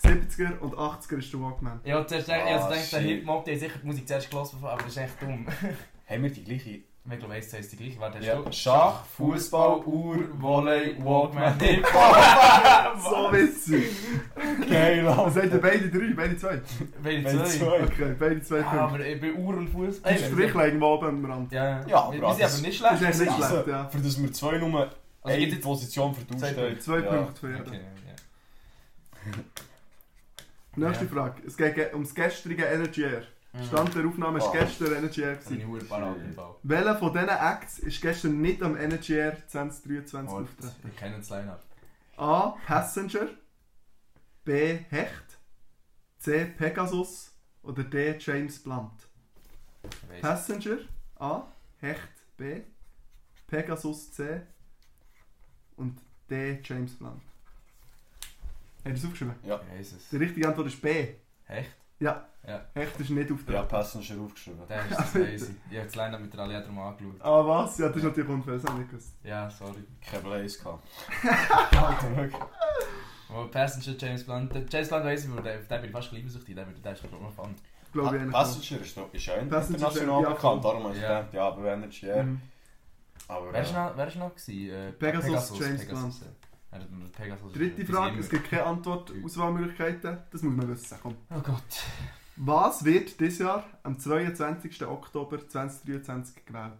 Speaker 5: 70er und 80er ist der Walkman.
Speaker 6: Ich habe zuerst gedacht, ich habe
Speaker 7: Ah,
Speaker 6: gedacht, der
Speaker 7: shit.
Speaker 6: Hip-Mob, der hat sicher die Musik zuerst gelassen, aber das ist echt dumm.
Speaker 7: Haben wir die gleiche?
Speaker 6: Ich glaube, eins, zwei ist die gleiche. Warte, hast
Speaker 7: Ja.
Speaker 6: du?
Speaker 7: Schach, Fußball,
Speaker 6: Uhr, Volley, Walkman, Hip.
Speaker 5: So witzig!
Speaker 7: Geil,
Speaker 5: Was seid ihr beide drei, beide zwei?
Speaker 6: Welche
Speaker 7: Welche
Speaker 6: zwei?
Speaker 7: zwei?
Speaker 5: Okay, beide zwei
Speaker 6: Ah,
Speaker 5: Punkte.
Speaker 6: aber ich bin Uhr und Fuß.
Speaker 5: Das Sprichlei irgendwo oben am Rand.
Speaker 6: Ja,
Speaker 7: Ja, aber
Speaker 6: Wir wir sind
Speaker 7: das-
Speaker 6: aber nicht
Speaker 5: Das
Speaker 6: schlecht.
Speaker 5: ist echt nicht
Speaker 7: Also,
Speaker 5: schlecht, ja.
Speaker 7: Für das wir zwei Nummern
Speaker 6: Also,
Speaker 7: eine
Speaker 6: gibt jetzt-
Speaker 7: Position vertauscht
Speaker 6: Zwei
Speaker 7: haben.
Speaker 5: Zwei
Speaker 7: ja.
Speaker 5: Punkte für jeden.
Speaker 6: Okay, ja.
Speaker 5: Nächste
Speaker 6: Ja. Mhm.
Speaker 5: Frage. Es geht ge- ums gestrige Energy Air. Stand der Aufnahme ist
Speaker 7: Ah.
Speaker 5: gestern Energy Air.
Speaker 6: Das sind
Speaker 5: Gewesen.
Speaker 6: Uhr parat im Fall.
Speaker 5: Welcher von diesen Acts ist gestern nicht am Energy Air 2023
Speaker 6: Und
Speaker 5: auftreten?
Speaker 6: wir kennen das Line-Up.
Speaker 5: A. Passenger. B. Hecht. C. Pegasus. Oder D. James Blunt.
Speaker 6: Ich weiss.
Speaker 5: Passenger. A. Hecht. B. Pegasus. C. Und D. James Blunt. Hast du es aufgeschrieben?
Speaker 6: Ich weiss es.
Speaker 5: Die richtige Antwort ist B.
Speaker 6: Echt?
Speaker 5: Hecht ist nicht
Speaker 7: Ja,
Speaker 5: aufgetreten.
Speaker 7: Passenger aufgeschrieben.
Speaker 6: Der ist das crazy. Ich habe das Line-Up mit der Allianz angeschaut.
Speaker 5: Ah, was? Ja, das ist natürlich unfair, das habe ich nicht gewusst.
Speaker 6: Ja, sorry.
Speaker 7: Kein Blaze gehabt.
Speaker 6: Aber Passenger James Blunt. Der James Blunt weiss ich, aber der- auf den bin ich fast eifersüchtig. Der der ist glaube ich fun.
Speaker 5: Glaube ich eigentlich.
Speaker 7: Ah, Passenger ist, doch- ist ja
Speaker 5: Passenger ist
Speaker 7: international
Speaker 5: ja- ja,
Speaker 7: bekannt, darum habe ich
Speaker 6: Ja.
Speaker 7: gedacht, ja, aber Energy,
Speaker 5: Ja.
Speaker 7: ja.
Speaker 5: Mhm.
Speaker 7: Aber,
Speaker 6: Wer
Speaker 7: äh,
Speaker 6: ist noch, wer ist noch gewesen? Äh,
Speaker 5: Pegasus, James
Speaker 6: Blunt. Er hat nur Pegasus.
Speaker 5: Dritte Frage, es gibt keine Antwort, Auswahlmöglichkeiten, das muss man wissen. Komm.
Speaker 6: Oh Gott.
Speaker 5: Was wird dieses Jahr am 22. Oktober 2023 gewählt?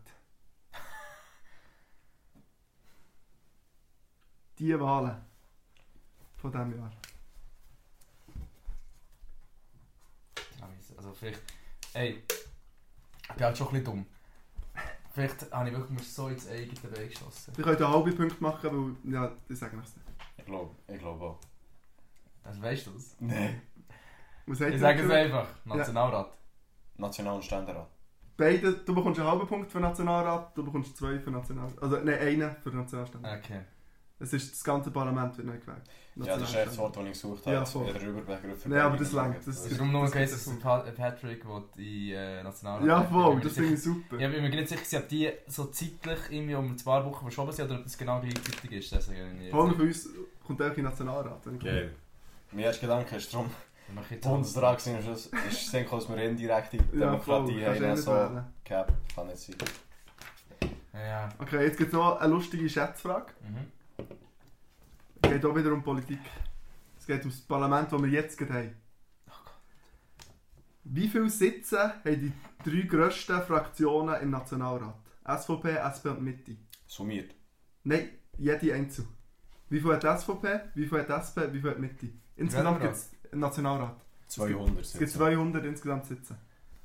Speaker 5: Die Wahlen von diesem Jahr.
Speaker 6: Also vielleicht... Ey. Ich bin halt schon ein bisschen dumm. Vielleicht habe ich wirklich mir so ins eigene Bein geschossen.
Speaker 5: Wir können einen halben Punkt machen, weil. Ja, das sage ich nicht.
Speaker 7: Ich glaube ich glaub auch.
Speaker 6: Also weißt du das?
Speaker 7: Nein.
Speaker 5: Was sagt
Speaker 6: Ich
Speaker 5: ihr
Speaker 6: sage es
Speaker 5: dazu?
Speaker 6: einfach. Nationalrat.
Speaker 7: National- und Ständerat.
Speaker 5: Beide, du bekommst einen halben Punkt für Nationalrat, du bekommst zwei für Nationalrat. Also, nein, einen für Nationalstand.
Speaker 6: Okay.
Speaker 5: Es ist das ganze Parlament wird neu gewählt.
Speaker 7: Ja, das ist echt das Wort, das ich gesucht habe.
Speaker 5: Ja, voll.
Speaker 7: Ich habe darüber begriffen.
Speaker 5: Nein, aber das langt, das-
Speaker 6: Es
Speaker 7: ist
Speaker 6: ist darum nur
Speaker 5: Das- das-
Speaker 6: gewesen, dass ein Pa- ein Patrick, der die äh, Nationalrat...
Speaker 5: Ja,
Speaker 6: hat.
Speaker 5: voll,
Speaker 6: bin
Speaker 5: das
Speaker 6: mir
Speaker 5: finde
Speaker 6: nicht
Speaker 5: ich super.
Speaker 6: sicher- Ich bin mir nicht sicher, ob die so zeitlich irgendwie um ein paar Wochen verschoben sind oder ob das genau gleichzeitig ist. Deswegen ich
Speaker 5: Vor allem für uns kommt auch in den Nationalrat. wenn ich-
Speaker 7: Geil. Mein erster Gedanke ist darum,
Speaker 6: Dann mach ich jetzt-
Speaker 7: Bundesrat gesehen ist, das- ist denke ich, dass wir indirekte
Speaker 5: kannst du
Speaker 7: Demokratie
Speaker 5: eh
Speaker 7: haben.
Speaker 5: nicht
Speaker 7: So,
Speaker 5: wählen.
Speaker 7: Cap, kann nicht sein.
Speaker 6: Ja.
Speaker 5: Okay, jetzt gibt es noch eine lustige Schätzfrage.
Speaker 6: Mhm.
Speaker 5: Es geht auch wieder um Politik. Es geht um das Parlament, das wir jetzt gerade haben. Wie viele Sitze haben die drei grössten Fraktionen im Nationalrat? SVP, SP und Mitte.
Speaker 7: Summiert.
Speaker 5: Nein, jede einzeln. Wie viel hat die SVP, wie viel hat die SP, wie viel hat die Mitte? Insgesamt
Speaker 6: welchem
Speaker 5: gibt es im Nationalrat.
Speaker 7: 200
Speaker 5: Es gibt 200 insgesamt Sitze.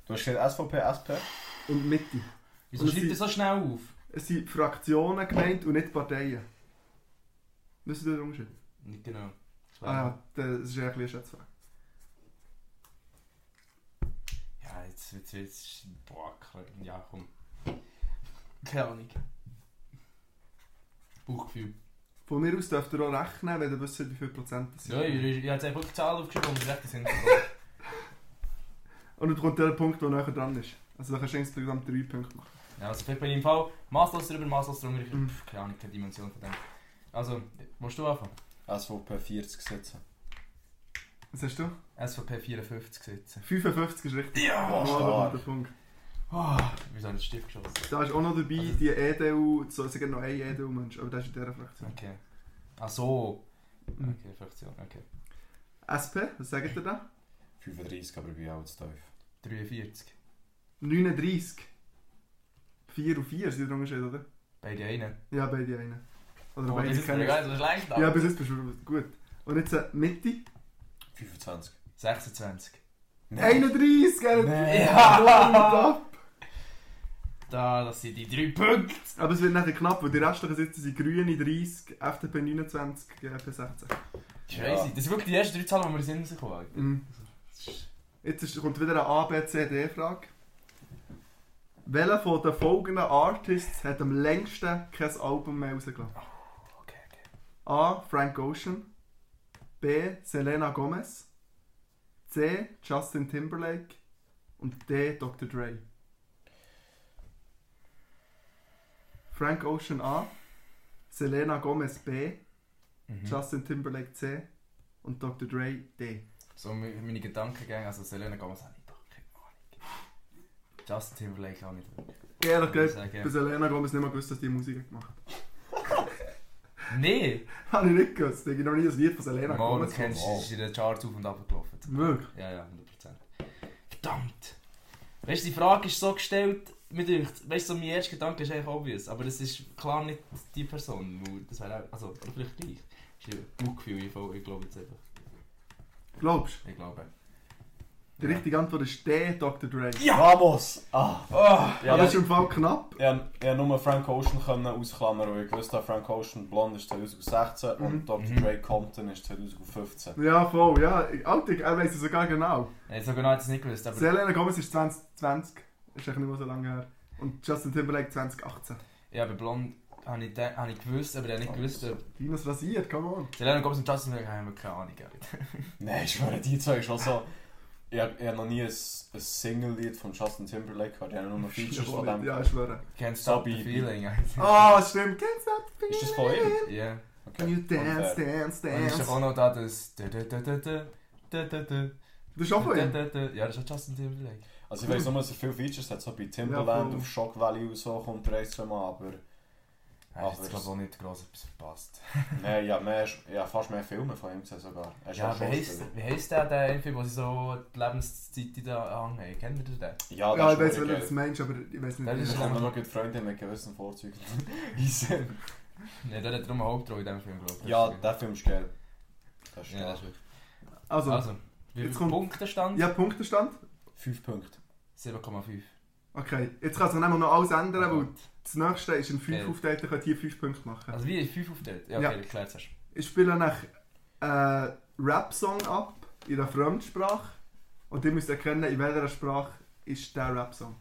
Speaker 7: Du hast gesagt SVP, SP?
Speaker 5: Und Mitte.
Speaker 6: Wieso
Speaker 5: Und es
Speaker 6: schreibt ihr
Speaker 5: sind-
Speaker 6: so schnell auf?
Speaker 5: Es sind Fraktionen gemeint und nicht Parteien. Wisst ihr den Unterschied?
Speaker 6: Nicht genau. Das war-
Speaker 5: Ah ja, das ist eigentlich eine Schätzfrage.
Speaker 6: Ja, jetzt wird's jetzt. Boah, krass. Ja, komm. Keine Ahnung. Bauchgefühl.
Speaker 5: Von mir aus dürft ihr auch rechnen, wenn ihr wisst, wie viel Prozent das sind.
Speaker 6: Ja, ich, ich habe jetzt einfach die Zahlen aufgeschrieben und recht sind.
Speaker 5: Und dann kommt der Punkt, der näher dran ist. Also da kannst du insgesamt drei Punkte machen.
Speaker 6: ja, also vielleicht bin ich im Fall maßlos drüber, maßlos drüber. Ich
Speaker 5: Mhm.
Speaker 6: habe keine Ahnung, keine Dimension von dem. Also, musst du anfangen?
Speaker 7: SVP 40 Sitze.
Speaker 5: Was hast du?
Speaker 6: SVP 54 sitzen.
Speaker 5: 55 ist richtig.
Speaker 6: Ja!
Speaker 5: Wow, da
Speaker 7: stark.
Speaker 5: kommt der Punkt.
Speaker 6: Oh, wieso habe ich den Stift geschossen?
Speaker 5: Ah. Da ist auch noch dabei
Speaker 6: Also-
Speaker 5: die EDU, so, es gibt noch ein EDU-Mensch, aber das ist in dieser Fraktion.
Speaker 6: Okay. Ach so.
Speaker 5: Mhm.
Speaker 6: Okay, Fraktion. Okay.
Speaker 5: SP, was sagt ihr da?
Speaker 7: 35, aber ich bin auch zu tief.
Speaker 6: 43.
Speaker 5: 39. 4 und 4 sind der Unterschied, oder?
Speaker 6: Beide einen.
Speaker 5: Ja, beide einen. Oder Also
Speaker 6: Oh,
Speaker 5: beide
Speaker 6: das ist mir
Speaker 5: kennen.
Speaker 6: egal, das ist leicht.
Speaker 5: Ja, bis jetzt bist du gut. Und jetzt äh, Mitte?
Speaker 7: 25.
Speaker 6: 26.
Speaker 5: 31, gell?
Speaker 7: Nein.
Speaker 6: Ja.
Speaker 5: Ja.
Speaker 6: Da, das sind die drei Punkte.
Speaker 5: Aber es wird nachher knapp, weil die restlichen Sitze sind Grüne 30, FDP 29, GLP 16.
Speaker 6: Crazy.
Speaker 7: Ja.
Speaker 6: Das sind wirklich die ersten drei Zahlen, die wir in den Sinn kommen.
Speaker 5: Mhm. Jetzt ist, kommt wieder eine A, B, C, D-Frage. Welcher von den folgenden Artists hat am längsten kein Album mehr rausgelassen?
Speaker 6: Okay, okay.
Speaker 5: A. Frank Ocean. B. Selena Gomez. C. Justin Timberlake. Und D. Dr. Dre. Frank Ocean A. Selena Gomez B.
Speaker 6: Mhm.
Speaker 5: Justin Timberlake C. Und Dr. Dre D.
Speaker 6: So me- meine Gedankengänge, also Selena Gomez habe ich doch keine Ahnung. Justin Timberlake auch nicht wirklich.
Speaker 5: Ehrlich
Speaker 6: Würde ich
Speaker 5: gesagt,
Speaker 6: sagen.
Speaker 5: bei Selena Gomez nicht mal gewusst, dass die Musik gemacht
Speaker 6: Nee!
Speaker 5: hat. Habe ich nicht gewusst. Ich habe noch nie das Lied von Selena
Speaker 6: Morgen
Speaker 5: Gomez
Speaker 6: kennst du,
Speaker 7: Wow.
Speaker 6: ist in den Charts auf und ab gelaufen.
Speaker 5: Wirklich?
Speaker 6: Ja, ja, 100%. Verdammt! Weißt du, die Frage ist so gestellt, mir dünkt, weißt du, so mein erster Gedanke ist eigentlich obvious, aber das ist klar nicht die Person, weil das wäre auch, also, oder vielleicht gleich. Das ist ein Bauchgefühl, ich, voll- ich glaube jetzt einfach.
Speaker 5: Glaubst
Speaker 6: Ich glaube.
Speaker 5: du? Die richtige Antwort ist D. Dr. Dre.
Speaker 6: Ja.
Speaker 7: Vamos! Ah,
Speaker 6: Oh,
Speaker 7: ja,
Speaker 5: Aber
Speaker 7: ja,
Speaker 5: es ist im Fall knapp.
Speaker 7: ich konnte nur Frank Ocean können ausklammern, weil ich gewusst habe, Frank Ocean Blond ist 2016
Speaker 5: Mhm.
Speaker 7: und Dr.
Speaker 6: Mhm.
Speaker 7: Dre Compton ist 2015.
Speaker 5: Ja, voll, ja. Alter, er weiß es sogar genau.
Speaker 6: nein, so genau hätte ich es nicht gewusst, aber
Speaker 5: Selena Gomez ist 2020. Ist echt nicht mehr so lange her. Und Justin Timberlake 2018.
Speaker 6: ja, bei Blond habe ich, de- habe ich gewusst, aber ich habe nicht gewusst, ob
Speaker 5: Dinos rasiert, come on.
Speaker 6: Selena Gomez und Justin Timberlake haben wir keine Ahnung. gell.
Speaker 7: Nein, ich schwöre, die zwei ist schon so. Ich habe hab noch nie ein, ein Single-Lied von Justin Timberlake gehört. Ich habe nur noch Features von dem.
Speaker 5: Ja, ich schwöre.
Speaker 6: Can't stop the
Speaker 7: Sabi.
Speaker 6: feeling.
Speaker 5: Ah, stimmt. Can't stop the
Speaker 7: Ist das von ihm?
Speaker 5: feeling.
Speaker 6: Ja.
Speaker 5: Can you dance,
Speaker 7: Unfair.
Speaker 5: dance,
Speaker 6: Und ist doch
Speaker 5: dance.
Speaker 6: auch noch da das... da, da, da, da, da, da, da, da.
Speaker 5: Das ist auch von ihm.
Speaker 6: Ja, das ist auch Justin Timberlake.
Speaker 7: Also ich weiß nur, dass er viele Features hat. So bei
Speaker 5: Ja,
Speaker 7: Timberland
Speaker 5: voll.
Speaker 7: auf Shock Value so kommt er ein, zwei Mal. Aber
Speaker 6: Er hat
Speaker 7: Ach,
Speaker 6: jetzt,
Speaker 7: das-
Speaker 6: glaube ich, auch nicht gross etwas verpasst.
Speaker 7: nein, ich habe mehr, ich hab fast mehr Filme von ihm gesehen sogar. Er ist
Speaker 6: Ja,
Speaker 7: auch
Speaker 6: wie heisst,
Speaker 7: Schauspieler.
Speaker 6: wie heisst der, der Film, wo sie so die Lebenszeit da anhängen? Kennt ihr den?
Speaker 5: Ja,
Speaker 7: Ja, das
Speaker 5: ich weiß,
Speaker 7: ist schon
Speaker 5: wer das
Speaker 7: geil.
Speaker 5: meinst, aber ich weiß
Speaker 6: Das
Speaker 7: Ich
Speaker 6: ist-
Speaker 5: nicht.
Speaker 7: habe noch gute Freunde mit gewissen Vorzügen. Ich seh-
Speaker 6: Ja, der hat darum eine Hauptrolle in diesem Film, glaube ich.
Speaker 7: ja, der Film ist geil. Das ist
Speaker 6: Ja, das
Speaker 7: geil.
Speaker 6: ist wirklich.
Speaker 5: Also,
Speaker 6: Also, wie
Speaker 5: jetzt
Speaker 6: viel
Speaker 5: kommt-
Speaker 6: Punktestand?
Speaker 5: ja, Punktestand.
Speaker 7: Fünf Punkte.
Speaker 6: 7,5.
Speaker 5: Okay, jetzt kann sich nämlich noch alles ändern, weil das nächste ist in 5
Speaker 6: Okay.
Speaker 5: aufgeteilt, dann könnt ihr 5 Punkte machen.
Speaker 6: Also wie, 5 auf dort? Ja,
Speaker 5: Ja.
Speaker 6: okay, erklärt hast.
Speaker 5: Ich spiele nach äh, Rap-Song ab in einer Fremdsprache und ihr müsst erkennen, in welcher Sprache ist der Rap-Song.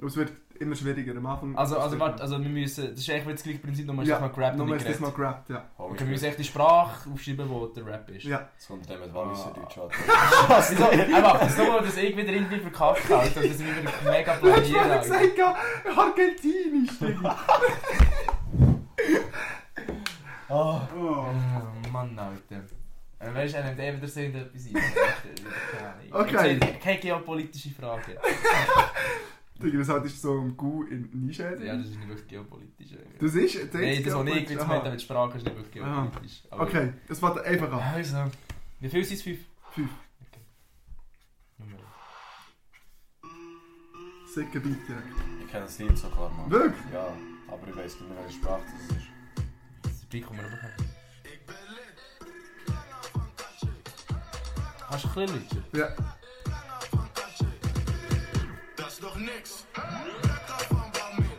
Speaker 5: Und Es wird immer schwieriger am Anfang.
Speaker 6: Also, also warte, also wir müssen, das ist eigentlich das gleiche Prinzip, nochmal
Speaker 5: Ja,
Speaker 6: ja, mal gerappt und
Speaker 5: Nur
Speaker 6: nicht
Speaker 5: ist das mal
Speaker 6: gerappt.
Speaker 5: gerappt, ja.
Speaker 7: Holy
Speaker 6: Okay, wir müssen
Speaker 7: shit.
Speaker 6: echt die Sprache aufschreiben, wo der Rap ist.
Speaker 5: ja.
Speaker 7: Jetzt kommt der mit Walliser
Speaker 6: Ah.
Speaker 7: Deutsch an.
Speaker 6: Wieso? Einfach, das ist nur, dass ich wieder irgendwie verkauft habe und dass ich wieder mega
Speaker 5: Du hast vorhin
Speaker 6: blamiere.
Speaker 5: gesagt, ja, Argentinisch, Digga.
Speaker 7: Ah.
Speaker 5: Oh.
Speaker 6: Oh, Mann, Alter. Äh, Weißt du, er nimmt eh wieder so irgendetwas eh, ein.
Speaker 5: Okay.
Speaker 6: Jetzt, Keine geopolitische Frage.
Speaker 5: Digga, das haltest du so im Gu in
Speaker 6: Ja, das
Speaker 5: Nischäden.
Speaker 6: ist nicht wirklich geopolitisch. eigentlich.
Speaker 5: Das ist jetzt
Speaker 6: Nein, das, was ich jetzt
Speaker 5: Aha.
Speaker 6: gemeint habe mit Sprache, ist nicht wirklich
Speaker 5: Aha.
Speaker 6: geopolitisch. Aber-
Speaker 5: Okay, das war einfach an.
Speaker 6: Also, wie viel sind es? Fünf?
Speaker 5: Fünf.
Speaker 6: Okay. Nummer eins.
Speaker 5: Sicker Beat direkt.
Speaker 7: Ich kenne das Lied sogar noch.
Speaker 5: Wirklich?
Speaker 7: Ja, aber ich weiß nicht mehr, welche Sprache das ist.
Speaker 6: Das Bein kommen wir rüber. Hast du ein bisschen Leute?
Speaker 5: Ja.
Speaker 1: Das doch nix. Bracker van Balmain.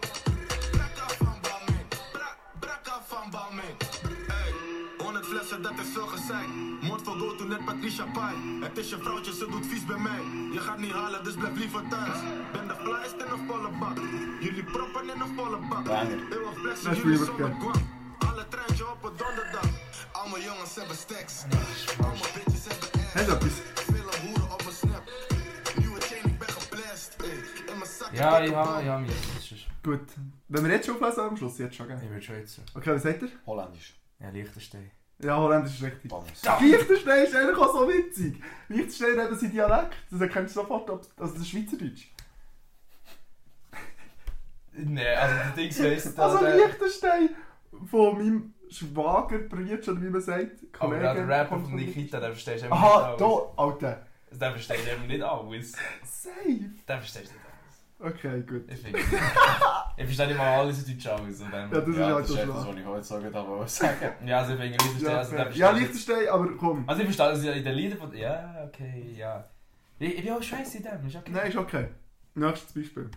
Speaker 1: Bracker van Balmain. Bra- Bracker van Balmain. Ey, 100 flessen, dat is veel gezeik. Moord van Goto, net Patricia Pai. Het is je vrouwtje, ze doet vies bij mij. Je gaat niet halen, dus blijf liever thuis. Ben de flyest in een volle bak. Jullie proppen in een volle bak.
Speaker 7: Banger.
Speaker 5: Dat
Speaker 1: Eeuwig flessen,
Speaker 5: is
Speaker 1: jullie
Speaker 5: weer
Speaker 1: zonder
Speaker 5: bekend.
Speaker 1: guam. Alle treintje op een donderdag. Allemaal jongens hebben stacks. Allemaal bitches hebben ass.
Speaker 5: Hey, dat is-
Speaker 1: Vele hoeren op mijn snap. Nieuwe chain, ik ben geblast. ey. In mijn zak.
Speaker 6: Ja,
Speaker 1: heb ik een
Speaker 6: ja,
Speaker 1: bal.
Speaker 6: ja, dus- mir ist es. Ich
Speaker 5: Gut. Wenn wir jetzt schon auflesen, am Schluss jetzt schon, gell?
Speaker 6: würde schon jetzt.
Speaker 5: Okay, was sagt ihr?
Speaker 7: Holländisch.
Speaker 6: Ja, Liechtenstein.
Speaker 5: Ja, Holländisch ist richtig.
Speaker 7: Vamos.
Speaker 5: Liechtenstein ist eigentlich auch so witzig. Liechtenstein hat seinen Dialekt. Das erkennst du sofort, ob also das ist Schweizerdeutsch.
Speaker 6: Nein, also das Ding weiss da.
Speaker 5: Also
Speaker 6: der-
Speaker 5: Liechtenstein von meinem Schwager, Brütsch oder wie man sagt,
Speaker 6: Aber
Speaker 5: Kollege.
Speaker 6: der Rapper
Speaker 5: kommt
Speaker 6: von Nikita, den verstehst du eben
Speaker 5: Aha,
Speaker 6: nicht alles.
Speaker 5: da, Alter.
Speaker 6: Den verstehst du eben nicht alles.
Speaker 5: Safe.
Speaker 6: Den verstehst du nicht alles.
Speaker 5: Okay, gut.
Speaker 6: Ich finde. Ich verstehe nicht mal alles in Deutsch aus. und
Speaker 5: Ja,
Speaker 6: dann-
Speaker 5: das
Speaker 7: Ja,
Speaker 5: ist
Speaker 7: das ist
Speaker 5: halt
Speaker 7: etwas,
Speaker 5: so
Speaker 7: was ich heute so gut habe wollen sagen.
Speaker 6: Ja, also ich finde Liechtenstein.
Speaker 5: schlau.
Speaker 6: also den
Speaker 5: Ja,
Speaker 6: verstehe ich-
Speaker 5: Liechtenstein, aber komm.
Speaker 6: Also ich verstehe das ja in den Liedern von... Ja, okay, ja. Ich, ich bin auch scheiße in dem, ist okay.
Speaker 5: Nein, ist okay. Nächstes Beispiel.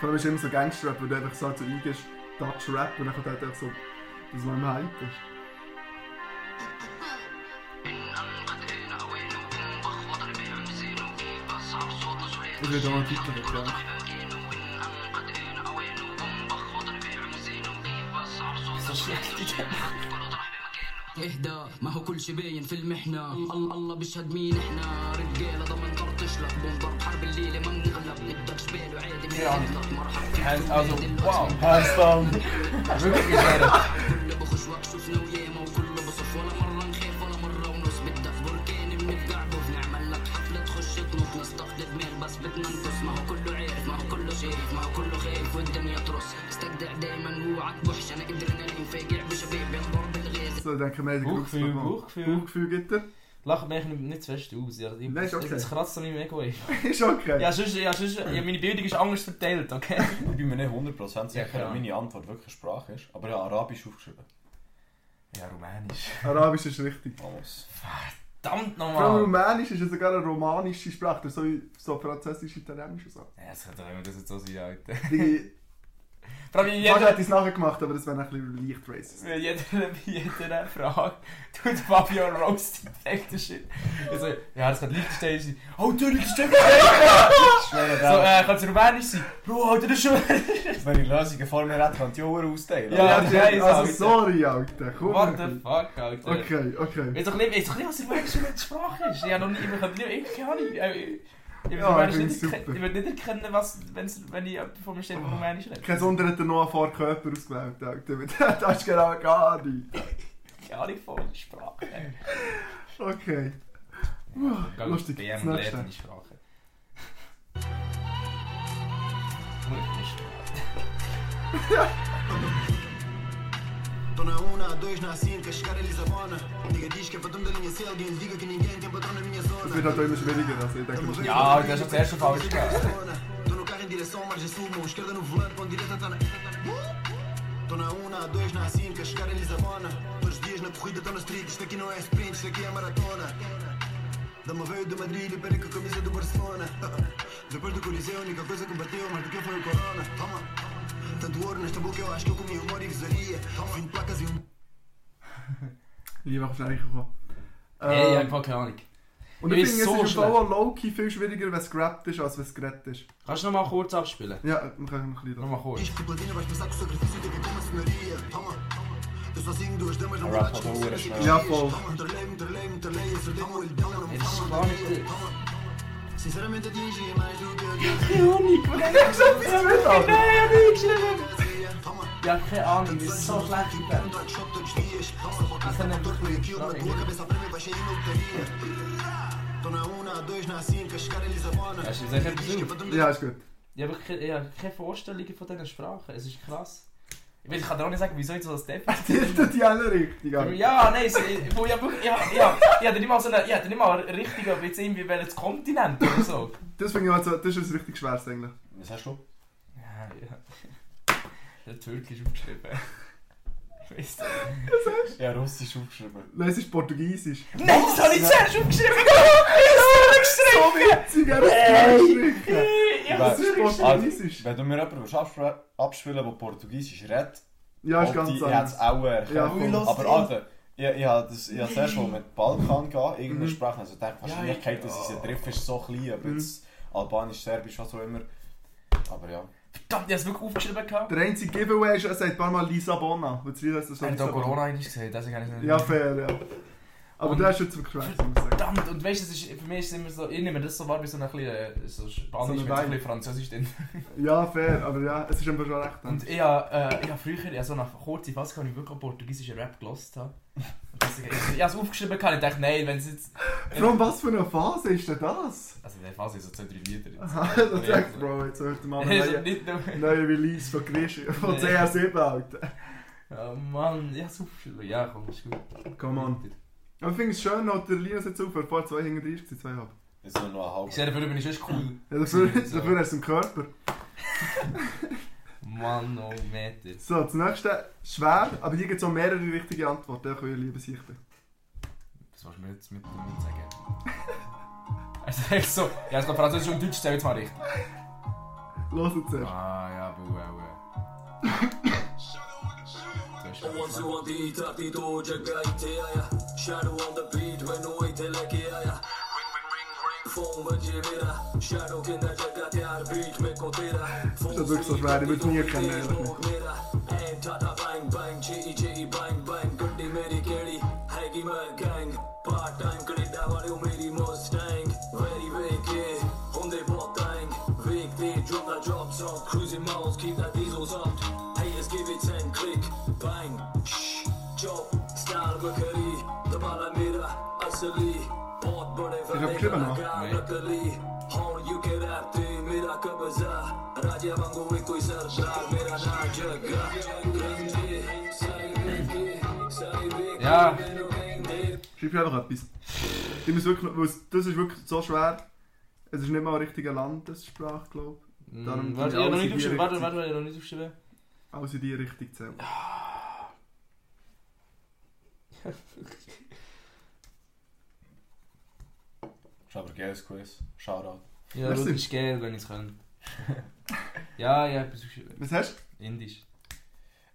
Speaker 5: Vor allem ist immer so Gangster-Rap, wo du einfach so zu eingehst, Dutch-Rap und dann kommt halt einfach so, dass man im Hype ist. Ich würde auch mal Titel erklären.
Speaker 6: so schlecht in dem.
Speaker 3: اهدى ما هو كل شي باين في المحنة الله الله بيشهد مين احنا رجالة ضمن طرد تشلق بنضرب حرب الليلة ما بنغلب الدك شبيل وعادي
Speaker 6: Ja.
Speaker 3: بنغلب مرحب فيك
Speaker 6: Hands- Also, wow.
Speaker 7: Hands down.
Speaker 6: Wirklich sehr.
Speaker 3: كله بخش وقت شفنا وياما وكله بصف ولا مرة نخاف ولا مرة ونص بدك بركان بنتقعبه نعمل لك حفلة تخش تنط نستقطب مال بس بدنا نقص ما هو كله عارف ما هو كله شايف ما هو كله خايف والدنيا ترص استجدع دايما ووعد بحش انا قدر انا انفجع بشباب ينضرب بالغاز
Speaker 5: So, dann kann man die
Speaker 6: Bauchgefühl,
Speaker 5: Gruppe machen.
Speaker 6: Bauchgefühl.
Speaker 5: Bauchgefühl gibt er.
Speaker 6: Lacht mich nicht, nicht zu fest aus. Ja, ich,
Speaker 5: Nein, ist okay.
Speaker 6: Es kratzt an meinem Ego. ey.
Speaker 5: ist okay.
Speaker 6: Ja, sonst, ja, sonst, ja, meine Bildung ist anders verteilt, okay?
Speaker 7: Ich bin mir nicht 100%
Speaker 6: Ja,
Speaker 7: sicher,
Speaker 6: keine
Speaker 7: ob
Speaker 6: Ahnung.
Speaker 7: meine Antwort wirklich Sprache ist. Aber ja, Arabisch aufgeschrieben.
Speaker 6: Ja, Rumänisch.
Speaker 5: Arabisch ist richtig.
Speaker 7: Vamos.
Speaker 6: Verdammt
Speaker 5: Vor allem
Speaker 6: nochmal!
Speaker 5: Rumänisch ist ja sogar eine romanische Sprache, das ist so, so französisch, italienisch und so.
Speaker 6: Ja, das kann doch immer das jetzt so sein, Alter.
Speaker 5: Die,
Speaker 6: Vor allem in
Speaker 5: Fast hätte
Speaker 6: jeder,
Speaker 5: ich es nachher gemacht, aber das wäre ein bisschen leicht racist.
Speaker 6: in jeder, in jeder Frage tut Fabio Roasted Factor Shit. Also, ja, das kann Liechtenstein sein. Oh, du Liechtenstein!
Speaker 7: Ich schwöre,
Speaker 6: So,
Speaker 7: so,
Speaker 6: äh, kann es Rumänisch sein? Bro, Alter, das ist schon...
Speaker 7: wenn ich Lösungen vor mir hätte, könnte ich auch austeilen.
Speaker 6: Ja,
Speaker 5: Also,
Speaker 6: scheiße, Alter.
Speaker 5: also sorry, Alter. Komm
Speaker 6: What the
Speaker 5: mal.
Speaker 6: fuck, Alter.
Speaker 5: Okay, okay.
Speaker 6: Weet toch niet, weet toch niet als die mensen met Sprache is? Ja, dan iemand gaat niet, ik ga niet. Ik
Speaker 5: Ja,
Speaker 6: werde
Speaker 5: ik
Speaker 6: nicht
Speaker 5: vind het
Speaker 6: erkennen,
Speaker 5: super.
Speaker 6: ich würde nicht erkennen, was, wenn, wenn ich vor mir steht, wo Rumänisch redet.
Speaker 5: Kein Wunder hat er noch vor Körper ausgewählt, Alter. Mit dem hast du genau gar nicht.
Speaker 6: Ja, nicht vor Sprache.
Speaker 5: Okay.
Speaker 6: Geh
Speaker 5: Lustig,
Speaker 6: BM
Speaker 5: das
Speaker 6: und
Speaker 5: nächste.
Speaker 6: lerne die Sprache. Gut,
Speaker 1: Тонауна, дойш на синка, шкарили забана. Ти гадиш, ке потом дали не сел, ген дига, ке не ген, ке потом на меня зона.
Speaker 5: Es wird halt auch immer schwieriger, also ich denke, das ist-
Speaker 6: Ja, dat is het eerste fout, ja.
Speaker 1: Tô no carro em direção, margem sul, mão esquerda no volante, mão direita tá na. Tô na 1, na 2, na 5, a chegar em Lisabona. Todos os dias na corrida, tô na street, isto aqui não é sprint, isto aqui é maratona. Dama veio de Madrid e perca a camisa do Barcelona. Depois do Coliseu, a única coisa que bateu mais do que foi o Corona. Toma. Tanto ouro nesta boca, eu acho que eu comi humor e visaria. Toma. 20 placas e um.
Speaker 5: Ich bin wahrscheinlich gekommen.
Speaker 6: Ey, ja, ich hab keine Ahnung.
Speaker 5: Und
Speaker 6: ich
Speaker 5: ich finde,
Speaker 6: bin
Speaker 5: es
Speaker 6: so
Speaker 5: ist
Speaker 6: schlecht.
Speaker 5: auch low-key viel schwieriger, wenn es gerappt ist, als wenn es gerettet ist.
Speaker 6: Kannst du nochmal kurz abspielen?
Speaker 5: Ja, wir können noch ein bisschen...
Speaker 6: Nochmal kurz.
Speaker 1: Diz que platina vais pensar que o sacrifício tem que ter uma senhoria. Toma. Eu sozinho, duas damas, não
Speaker 7: A
Speaker 1: vou
Speaker 7: rap
Speaker 1: dar
Speaker 7: of the
Speaker 1: desconfiança.
Speaker 7: Irish,
Speaker 5: man. Yeah, Paul.
Speaker 1: Toma, Enterlei, me enterlei, me enterlei, acertei o olho dela, não me
Speaker 6: Eles
Speaker 1: falam
Speaker 6: falam
Speaker 1: da minha.
Speaker 6: de-
Speaker 1: Toma. Sinceramente, atingi mais do que eu fazia. Toma.
Speaker 6: Ich hab keine Ahnung, das ist
Speaker 1: Tantos
Speaker 6: so
Speaker 1: anos
Speaker 6: schlecht.
Speaker 1: que me quero dar choque todos os dias. Toma, vou cá,
Speaker 6: Essa não é
Speaker 1: tô por
Speaker 6: muito
Speaker 1: aqui, uma
Speaker 6: legal,
Speaker 1: tua
Speaker 6: hein?
Speaker 1: cabeça para mim, vai cheio de lotaria. Tô na 1, na 2, na 5, a chegar em Lisabona.
Speaker 6: Hast du gesagt, ich hab
Speaker 1: Diz que
Speaker 6: Besuch?
Speaker 1: pra tu me
Speaker 5: Ja, ist gut.
Speaker 6: Ich habe keine, ich hab keine Vorstellungen von diesen Sprachen. Es ist krass. Ich, weiß, ich kann dir auch nicht sagen, wieso ich so das Defizit
Speaker 5: Die tut die alle richtig, Alter.
Speaker 6: Ja, nein, es, ich, wo ich, wirklich- ich, ich, ich, ich hatte nicht mal so eine, ich hatte nicht mal richtig, ob jetzt irgendwie welches Kontinent oder so.
Speaker 5: Das finde ich halt so, das ist ein richtig schweres eigentlich.
Speaker 7: Was hast du?
Speaker 6: Ja, Ah, ja. Der Türkisch aufgeschrieben. Weißt du?
Speaker 7: Ja, Russisch aufgeschrieben.
Speaker 5: Nein, es ist Portugiesisch.
Speaker 6: Nein, das habe ich zuerst aufgeschrieben! Ich habe es
Speaker 5: Sie werden es gestrichen.
Speaker 6: Ich habe
Speaker 5: Das
Speaker 6: es
Speaker 5: ist
Speaker 6: durchgeschrieben!
Speaker 5: Portugiesisch.
Speaker 7: Wenn du mir jemanden willst abspre- abspielen der Portugiesisch redet,
Speaker 5: Ja, ist ganz
Speaker 7: anders.
Speaker 5: anders.
Speaker 7: auch erkannt.
Speaker 5: Ja, voll.
Speaker 7: aber Alter, ich, ich habe das ich hab das erste Mal mit Balkan gehen, irgendeine Sprache, also ich denke, die Wahrscheinlichkeit, dass ich sie treffe, ist so klein, ob jetzt Albanisch, Serbisch, was auch immer. Aber ja.
Speaker 6: Verdammt, ich habe es wirklich aufgeschrieben. gehabt.
Speaker 5: Der einzige Giveaway ist, er sagt ein paar Mal Lisabona. Und das Lied heißt das
Speaker 6: Ich habe da Corona eigentlich gesehen, das kann ich nicht.
Speaker 5: Ja, fair, ja. Aber
Speaker 6: Und-
Speaker 5: der ist jetzt wirklich schwer, muss ich sagen.
Speaker 6: Verdammt, und weißt du, das ist- für mich ist es immer so, ich nehme das so wahr wie so ein bisschen, äh, so
Speaker 5: So
Speaker 6: Spanisch,
Speaker 5: eine
Speaker 6: mit so ein
Speaker 5: Wein.
Speaker 6: bisschen Französisch drin.
Speaker 5: Ja, fair, aber ja, es ist einfach schon recht.
Speaker 6: Und ich habe äh, ich hab früher, ja, so nach kurzer Phase, habe ich wirklich portugiesischen Rap gelost. habe. Und das- Ich, ich habe es aufgeschrieben gehabt, ich dachte, nein, wenn es jetzt.
Speaker 5: Von was für eine Phase ist denn das?
Speaker 6: Also in der Phase sind so zwei, drei Lieder. jetzt.
Speaker 5: Aha, da sagt Bro, jetzt hört mal
Speaker 6: Also
Speaker 5: einen
Speaker 6: nicht nur.
Speaker 5: neuen, neuen Release von Grisch, von
Speaker 6: Nee.
Speaker 5: CR7, Alter.
Speaker 6: Oh Mann, ja, super. Ja, komm, ist gut.
Speaker 5: Come on. Aber ich finde es schön, dass der Linus jetzt aufhört, vor zwei hinten drin war, zweieinhalb.
Speaker 7: Jetzt nur noch eine
Speaker 6: Ich
Speaker 7: halbe.
Speaker 6: sehe, dafür bin ich echt cool.
Speaker 5: Ja, dafür, dafür hast du im Körper.
Speaker 6: Mann, oh Meter.
Speaker 5: So, das nächste. Schwer, aber hier gibt es auch mehrere richtige Antworten. Ich will lieber sichten.
Speaker 6: Was willst du mir jetzt mit damit sagen? Altså, Er sagt so, ja, es geht Französisch und Deutsch, zähl jetzt mal richtig.
Speaker 5: Los jetzt erst.
Speaker 6: Ah, ja, buh, äh, äh.
Speaker 3: Once you want the top, the doja guy, yeah. Shadow on the beat, when you wait till I get ya. Phone, but you better. Shadow can that you got the hard beat, make go tera. Phone,
Speaker 5: Das ist wirklich so schwer, ich würde nie kennen. ehrlich
Speaker 3: Phone,
Speaker 5: nicht.
Speaker 3: mera. Aim, tata, bang, bang, chitty, chitty, bang, bang. Goody, Mary, Kelly, Haggy, my gang. Part time, credit, I want you, Mary Mustang. Very, very gay, on the bot tank. Big, they drop the drops off. Cruising miles, keep that diesel soft. Haters give it 10 click, bang, shh, job, style, rookery. The Balamira, Asali, bought, but if
Speaker 5: Ich hab Clipper noch.
Speaker 3: नकली और UK rap पे मेरा कब्जा राजा वांगू वे कोई सरदार मेरा ना जगा रंगे साइबे के साइबे के
Speaker 6: Ja.
Speaker 3: मेरे बैंडे
Speaker 5: Schreib mir einfach etwas. Ich muss wirklich, noch- weil es- das ist wirklich so schwer. Es ist nicht mal eine richtige Landessprache, glaube
Speaker 6: Mm,
Speaker 5: Darum sind
Speaker 6: Warte, ich hab
Speaker 5: alles
Speaker 6: noch
Speaker 5: in
Speaker 6: nicht
Speaker 5: die
Speaker 6: aufgeschrieben. Warte,
Speaker 5: Richtung.
Speaker 6: warte, ich hab noch nicht aufgeschrieben.
Speaker 5: ich. Alles in Also die Richtung zählt.
Speaker 7: Ist aber ein geiles Quiz. Shoutout.
Speaker 6: Ja,
Speaker 5: Merci.
Speaker 6: das ist geil, wenn ich es kann. ja, ja, etwas aufgeschrieben.
Speaker 5: Was hast
Speaker 6: Indisch.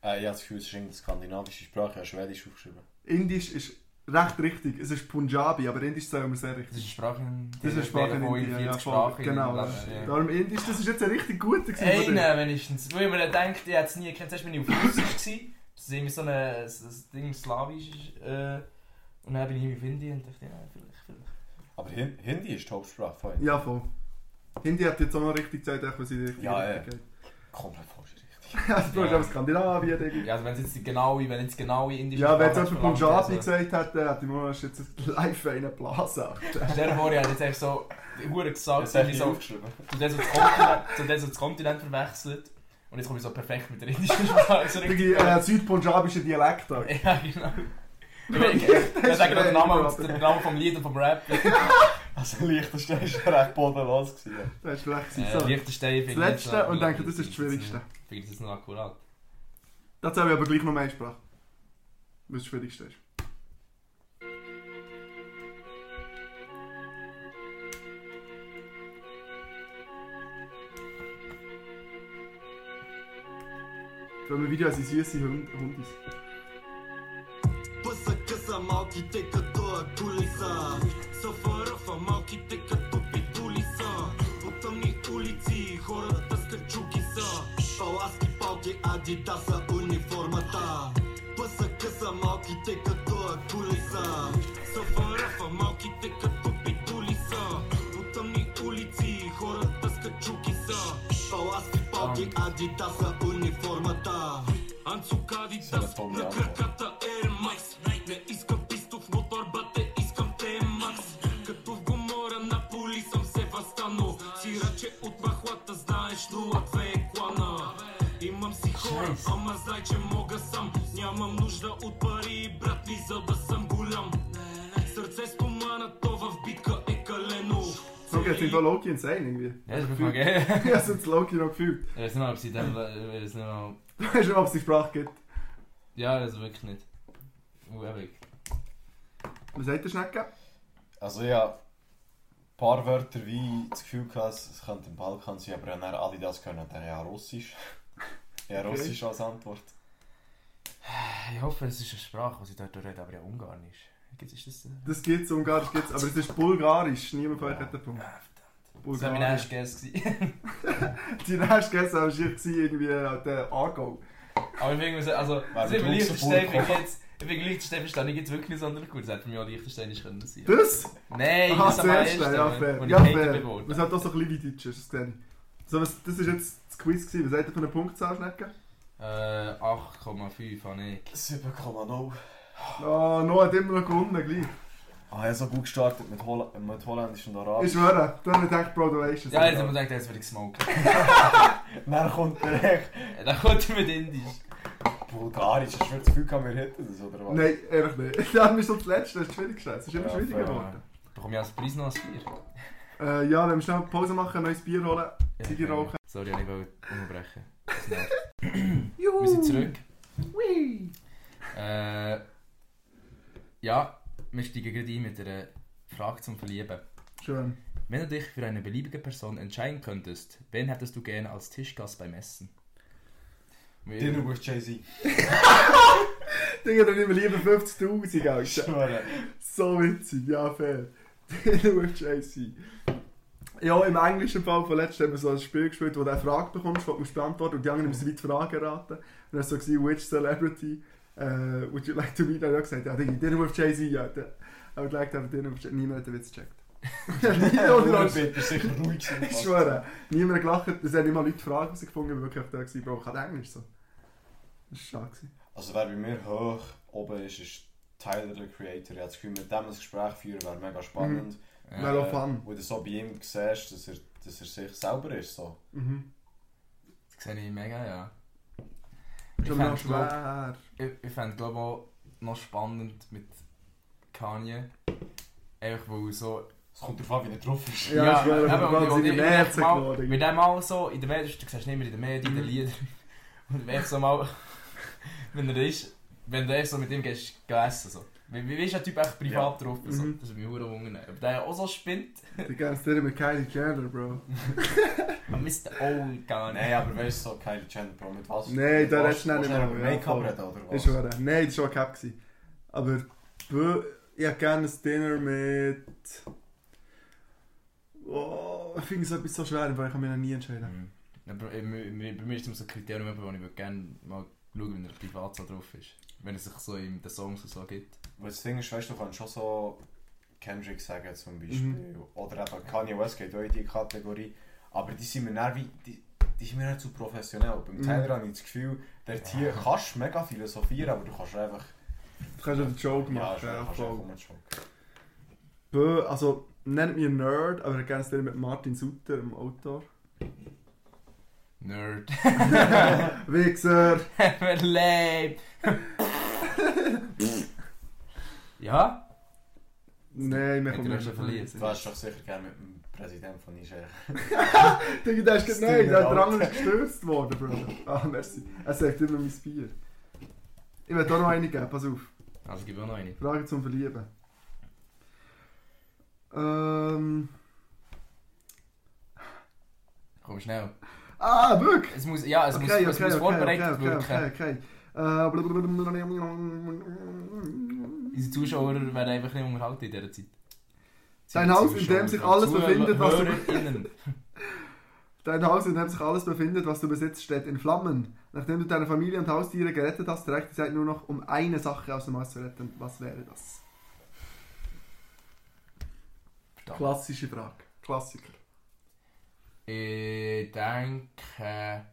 Speaker 7: Äh, ich habe das Gefühl, es ist irgendeine skandinavische Sprache. Ich habe Schwedisch aufgeschrieben.
Speaker 5: du? Indisch ist recht richtig. Es ist Punjabi, aber Indisch zählen wir sehr richtig.
Speaker 6: Das ist eine Sprache in
Speaker 5: Das ist eine Sprache in
Speaker 6: wo in
Speaker 5: Indien.
Speaker 6: 40
Speaker 5: Ja,
Speaker 6: Sprachen
Speaker 5: voll. Genau.
Speaker 6: das- ja.
Speaker 5: Darum Indisch, das ist jetzt ein richtig guter gewesen von dir.
Speaker 6: Einen wenigstens. Weil man denkt, ich hätte es nie gekannt. Zuerst bin ich auf Russisch. gewesen. Das ist irgendwie so ein, ein Ding slawisch. Äh, und dann bin ich auf Indien und dachte, ja, vielleicht, vielleicht.
Speaker 7: Aber Hin Hindi ist die Hauptsprache von Indien.
Speaker 5: Ja, voll. Hindi hat jetzt auch noch richtig gesagt, was sie richtig
Speaker 7: Ja, ja.
Speaker 5: richtig
Speaker 7: Komplett falsch. richtig.
Speaker 5: geht. Also, du hast
Speaker 6: Ja.
Speaker 5: aber Skandinavien, Digga.
Speaker 6: Ja, also wenn es jetzt die genaue, wenn jetzt die genaue indische
Speaker 5: Ja, wenn jetzt
Speaker 6: Sprache
Speaker 5: jemand
Speaker 6: verlangt,
Speaker 5: Punjabi
Speaker 6: also-
Speaker 5: gesagt hat, dann hätte ich mir jetzt live einen Blasen.
Speaker 6: Stell dir vor, ich hätte jetzt echt so, hure gesagt,
Speaker 7: Das habe
Speaker 6: irgendwie
Speaker 7: ich
Speaker 6: so,
Speaker 7: aufgeschrieben.
Speaker 6: zu dem so das Kontinent, zu dem so das Kontinent verwechselt. Und jetzt komme ich so perfekt mit der indischen Sprache. So richtig-
Speaker 5: Digga, äh, südpunjabischer Dialekt. Alter.
Speaker 6: Ja, genau. Ich ich sage noch den Namen, und den Namen vom Lied und vom Rap.
Speaker 7: Also Liechtenstein ist ja recht bodenlos gewesen.
Speaker 5: Das ist schlecht. gewesen.
Speaker 6: Äh,
Speaker 5: So,
Speaker 6: Leichter Stein
Speaker 5: das
Speaker 6: finde ich
Speaker 5: letzte und denke, das ist das Schwierigste.
Speaker 6: Finde ich das noch akkurat.
Speaker 5: Das habe ich aber gleich noch mehr Sprache. Was das Schwierigste ist. Für mein Video sind süße Hund Hundis.
Speaker 1: Pussa kissa malki teka toa kulisa Сафарафа малки тека тупи тули са По тъмни улици хората с качуки са Паласки, палки, адидаса, униформата Пъса къса малките като акулиса Сафарафа малките като питули са По тъмни улици хората с качуки са Паласки, палки, адидаса, униформата
Speaker 7: Сега
Speaker 1: Анцукадитас
Speaker 7: спомням.
Speaker 1: на краката Air Max е Не искам пистов мотор, бате, искам T-Max Като в гумора на поли съм се възстанал Сираче от махлата, знаеш, 02 е клана Имам си хора, ама знай, че мога сам Нямам нужда от пари, брат ми, за да съм голям Сърце с тумана, то в битка е калено
Speaker 5: So geht es in Loki insane irgendwie.
Speaker 6: Ja, das ist mir geil.
Speaker 5: Ich habe jetzt Loki noch gefühlt.
Speaker 6: Ich weiß nicht mal, ob sie dann. Ich weiß nicht mal.
Speaker 5: Du weißt nicht, ob es die Sprache gibt.
Speaker 6: Ja, also wirklich nicht. Uh, ewig.
Speaker 5: Was sagt der Schnecke?
Speaker 7: Also ja, ein paar Wörter wie das Gefühl gehabt, es es könnte im Balkan sein, aber wenn er alle das können, dann ja Russisch. Ja,
Speaker 5: Okay.
Speaker 7: Russisch als Antwort.
Speaker 6: Ich hoffe, es ist eine Sprache, die sie dort reden, aber ja, Ungarisch. Gibt es das? denn?
Speaker 5: Das gibt es, Ungarisch gibt es, aber es ist Bulgarisch. Niemand von euch hat den Punkt.
Speaker 6: Ah, verdammt. Das war mein
Speaker 5: Bulgarisch.
Speaker 6: erster Guess. gewesen.
Speaker 5: Die nächste Gäste war irgendwie äh, der Argo.
Speaker 6: Aber ich finde, also, also ich
Speaker 7: mit
Speaker 6: bin Liechtenstein,
Speaker 7: Luxemburg
Speaker 6: ich bin jetzt, ich bin Liechtenstein verstanden, ich jetzt wirklich nicht anders gut. Das hätte für mich auch Liechtenstein nicht können sein.
Speaker 5: Das?
Speaker 6: Nein,
Speaker 5: Aha,
Speaker 6: das
Speaker 5: das
Speaker 6: ist am
Speaker 5: erste, Ah,
Speaker 6: ersten,
Speaker 5: ja
Speaker 6: ja,
Speaker 5: fair.
Speaker 6: wo ich
Speaker 5: Ja
Speaker 6: Hater
Speaker 5: fair.
Speaker 6: beworben
Speaker 5: Das hat auch so ein bisschen wie Deutsch, hast du es gesehen? So, was, das war jetzt das Quiz, gewesen. was hat er für einen Punktzahl, Schnecke?
Speaker 6: Äh, 8,5 habe ich.
Speaker 7: 7,0.
Speaker 5: Oh, Noah hat immer noch gewonnen, gleich.
Speaker 7: Ah, er so gut gestartet mit, Holl mit Holländisch und
Speaker 5: Ich
Speaker 7: Arabisch.
Speaker 5: schwöre, du hast nicht gedacht, Bro, du weisst es.
Speaker 6: Ja, jetzt haben wir gedacht, jetzt würde ich smoken.
Speaker 7: Dann kommt der Rech.
Speaker 6: Dann kommt er mit Indisch.
Speaker 7: Bulgarisch, hast du das Gefühl gehabt, wir hätten das, oder was?
Speaker 5: Nein, ehrlich nicht. Das ist so das Letzte, das ist schwierig Es ist immer
Speaker 7: Ja,
Speaker 5: schwieriger
Speaker 7: fair.
Speaker 5: geworden.
Speaker 6: Äh, Bekomme ich als Preis noch ein Bier?
Speaker 5: Äh, ja, wenn wir schnell Pause machen, ein neues Bier holen, Ziege rauchen.
Speaker 6: Sorry, ich wollte unterbrechen. Wir sind zurück. Äh, ja, wir steigen gerade ein mit einer Frage zum Verlieben.
Speaker 5: Schön.
Speaker 6: Wenn du dich für eine beliebige Person entscheiden könntest, wen hättest du gerne als Tischgast beim Essen? Wir-
Speaker 7: Dinner with Jay-Z.
Speaker 5: Digga, dann nehmen wir lieber 50.000, Alter.
Speaker 7: Schwöre.
Speaker 5: So witzig, ja, fair. Taylor with JC. Ja, im englischen Fall von letztem haben wir so ein Spiel gespielt, wo du eine Frage bekommst, die du musst beantworten und die anderen müssen wie die Frage raten. Und dann war so, gewesen, which celebrity äh, would you like to meet? Dann habe ich gesagt, ja, Digga, Dinner with Jay-Z, ja. I would like to have dinner with Jay-Z. Niemand hat den Witz gecheckt. Niemand oder
Speaker 7: Huren
Speaker 5: alles.
Speaker 7: Peter, sicher ruhig sein.
Speaker 5: Ich schwöre, niemand hat gelacht. Es haben immer Leute Fragen rausgefunden, die wirklich da waren. Bro, ich kann Englisch so. Das war stark. gewesen.
Speaker 7: Also wer bei mir hoch oben ist, ist Tyler, der Creator. Ich habe das Gefühl, mit dem ein Gespräch führen wäre mega spannend. Äh,
Speaker 6: Ja.
Speaker 5: Wäre auch Mhm. fun.
Speaker 7: Wo du so bei ihm siehst, dass er, dass er sich selber ist. So.
Speaker 5: Mhm.
Speaker 6: Das sehe ich mega, ja.
Speaker 5: Ist aber noch
Speaker 6: fänd's, glaub-
Speaker 5: schwer.
Speaker 6: Ich, ich fände glaube auch noch spannend mit Kanye. Einfach weil so...
Speaker 7: Es kommt darauf an, wie er drauf ist.
Speaker 5: Ja, ich schwöre,
Speaker 6: eben,
Speaker 5: er
Speaker 6: und-
Speaker 5: hat
Speaker 6: und
Speaker 5: seine
Speaker 6: ich- ich
Speaker 5: Nerven
Speaker 6: denk mal,
Speaker 5: geladen.
Speaker 6: Mit dem mal so, in der Medien, du siehst ihn immer in der Medien, in
Speaker 5: Mhm.
Speaker 6: den Liedern. Und wenn ich so mal... wenn er ist, wenn du echt so mit ihm gehst, geh essen so. Wie, wie ist der Typ echt privat drauf? So.
Speaker 5: Mhm.
Speaker 6: Das ist mir hure wundern. Ob der auch so spinnt?
Speaker 5: Die ganze Zeit mit Kylie Jenner, Bro.
Speaker 6: Man misst den Old gar nicht.
Speaker 7: Nein, aber weißt du, so Kylie Jenner, Bro, mit was?
Speaker 5: Nein,
Speaker 7: mit
Speaker 5: da
Speaker 7: was-
Speaker 5: redest du nicht
Speaker 7: willst du
Speaker 5: mehr,
Speaker 7: über
Speaker 5: ja,
Speaker 7: Make-up
Speaker 5: voll.
Speaker 7: reden oder was?
Speaker 5: Ist wahr. Nein, das war auch Cap. gewesen. Aber bö, ich hätte gerne ein Dinner mit. Oh, ich finde es etwas so schwer, weil ich kann mich noch nie entscheiden.
Speaker 6: Mhm. Ja, Bei, bei mir bei mir ist es so ein Kriterium, eben, wo ich würde gerne mal schauen, wie er privat so drauf ist. Wenn es sich so dus in den Songs und so gibt.
Speaker 7: Weil das Ding ist, weißt du, du kannst schon so Kendrick sagen zum Beispiel.
Speaker 5: Mhm.
Speaker 7: Oder eben Kanye West geht auch in die Kategorie. Aber die sind mir dann wie, die, die sind mir nicht zu professionell. Beim
Speaker 5: Mhm.
Speaker 7: Tyler habe ich das Gefühl, der Tier kannst du mega philosophieren, aber du kannst einfach...
Speaker 5: Du kannst ja den Joke machen.
Speaker 7: ja,
Speaker 5: Ja,
Speaker 7: kannst
Speaker 5: voll.
Speaker 7: einfach rumschauen.
Speaker 5: Bö, also, nennt mich ein Nerd, aber ich hätte gerne ein Dinner mit Martin Sutter, dem Autor.
Speaker 6: Nerd.
Speaker 5: Wichser!
Speaker 6: Verleib! ja?
Speaker 5: Nein, wir
Speaker 6: Hat
Speaker 5: kommen
Speaker 6: er
Speaker 5: nicht
Speaker 6: schon
Speaker 5: mehr
Speaker 6: verliert?
Speaker 7: Du wärst doch sicher gerne mit dem Präsidenten von Niger.
Speaker 5: Digga, der ist gerade
Speaker 7: Stimmt,
Speaker 5: neu, der hat
Speaker 7: Alter.
Speaker 5: dran gestürzt worden, Bruder. Ah, merci. Er sagt immer mein Bier. Ich will da noch eine geben, pass auf.
Speaker 6: Also gib auch noch eine.
Speaker 5: Frage zum Verlieben. Ähm.
Speaker 6: Komm schnell.
Speaker 5: Ah, wirklich?
Speaker 6: Es muss, ja, es muss,
Speaker 5: Okay,
Speaker 6: es
Speaker 5: okay,
Speaker 6: muss
Speaker 5: okay,
Speaker 6: vorbereitet
Speaker 5: okay, okay,
Speaker 6: wirken.
Speaker 5: okay, okay. Äh, blablabla-
Speaker 6: Unsere Zuschauer werden einfach nicht unterhalten in dieser Zeit.
Speaker 5: Dein Haus, in dem sich alles befindet, was du-
Speaker 6: HörerInnen.
Speaker 5: Dein Haus, in dem sich alles befindet, was du besitzt, steht in Flammen. Nachdem du deine Familie und Haustiere gerettet hast, reicht die Zeit nur noch, um eine Sache aus dem Haus zu retten. Was wäre das?
Speaker 6: Verdammt.
Speaker 5: Klassische Frage. Klassiker.
Speaker 6: Ich denke,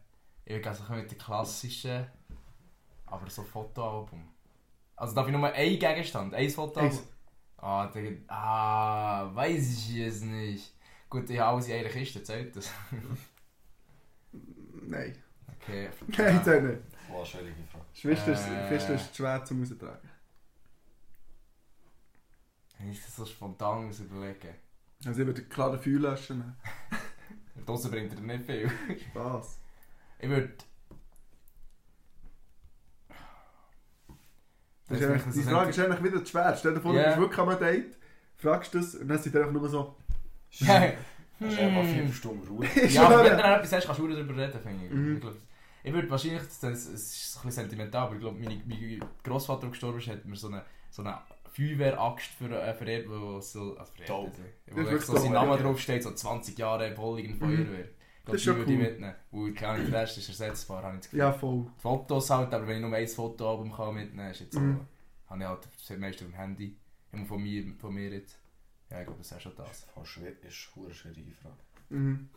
Speaker 6: ich würde also mit den klassischen, aber so Fotoalbum. Also darf ich nur einen Gegenstand, ein Fotoalbum?
Speaker 5: Eins.
Speaker 6: Ah, Digga, ah, weiß ich es nicht. Gut, ich habe alles in einer Kiste, zählt das?
Speaker 5: Nein.
Speaker 6: Okay.
Speaker 5: Nein, das nicht.
Speaker 7: Voll schwierige Frage.
Speaker 5: Schwester ist,
Speaker 6: Äh.
Speaker 5: Schwester ist schwer zum Raustragen.
Speaker 6: Ich das so spontan muss überlegen.
Speaker 5: Also ich würde klar den Feuer löschen. nehmen.
Speaker 6: Draussen bringt er nicht viel.
Speaker 5: Spaß.
Speaker 6: Ich würde...
Speaker 5: Das ist eigentlich, die Frage ist eigentlich wieder zu schwer. Stell dir vor,
Speaker 6: Ja.
Speaker 5: du bist wirklich am Date, fragst das und dann sind die einfach nur so...
Speaker 6: Ja.
Speaker 7: Das ist einfach
Speaker 6: Hm.
Speaker 7: 5 Stunden Ruhe.
Speaker 6: Ja, aber wenn
Speaker 5: Schwöre.
Speaker 6: du dann etwas hast, kannst du auch darüber reden, finde ich.
Speaker 5: Mhm.
Speaker 6: ich glaub, ich würde wahrscheinlich, das, das ist ein bisschen sentimental, aber ich glaube, mein, mein Grossvater, der gestorben ist, hat mir so eine, so eine Feuerwehraxt für, äh, verehrt, wo so... Also verehrt,
Speaker 7: Dope.
Speaker 6: also,
Speaker 5: Das
Speaker 6: wo
Speaker 5: ist
Speaker 6: echt so
Speaker 5: wirklich
Speaker 6: sein
Speaker 5: dope,
Speaker 6: Name
Speaker 5: ja.
Speaker 6: draufsteht, so 20 Jahre Bolligen Feuerwehr. Ich glaube,
Speaker 5: Das ist
Speaker 6: die
Speaker 5: schon
Speaker 6: würde ich
Speaker 5: cool.
Speaker 6: mitnehmen. Weil, keine Ahnung, der Rest ist ersetzbar, habe ich das Gefühl.
Speaker 5: Ja, voll.
Speaker 6: Die Fotos halt, aber wenn ich nur ein Fotoalbum kann mitnehmen kann, ist jetzt
Speaker 5: Mhm.
Speaker 6: so... Habe ich halt das meiste auf dem Handy. Immer von mir, von mir jetzt. Ja, ich glaube, das ist auch schon das.
Speaker 7: Voll schwer, ist eine schwierige Frage.
Speaker 5: Mhm.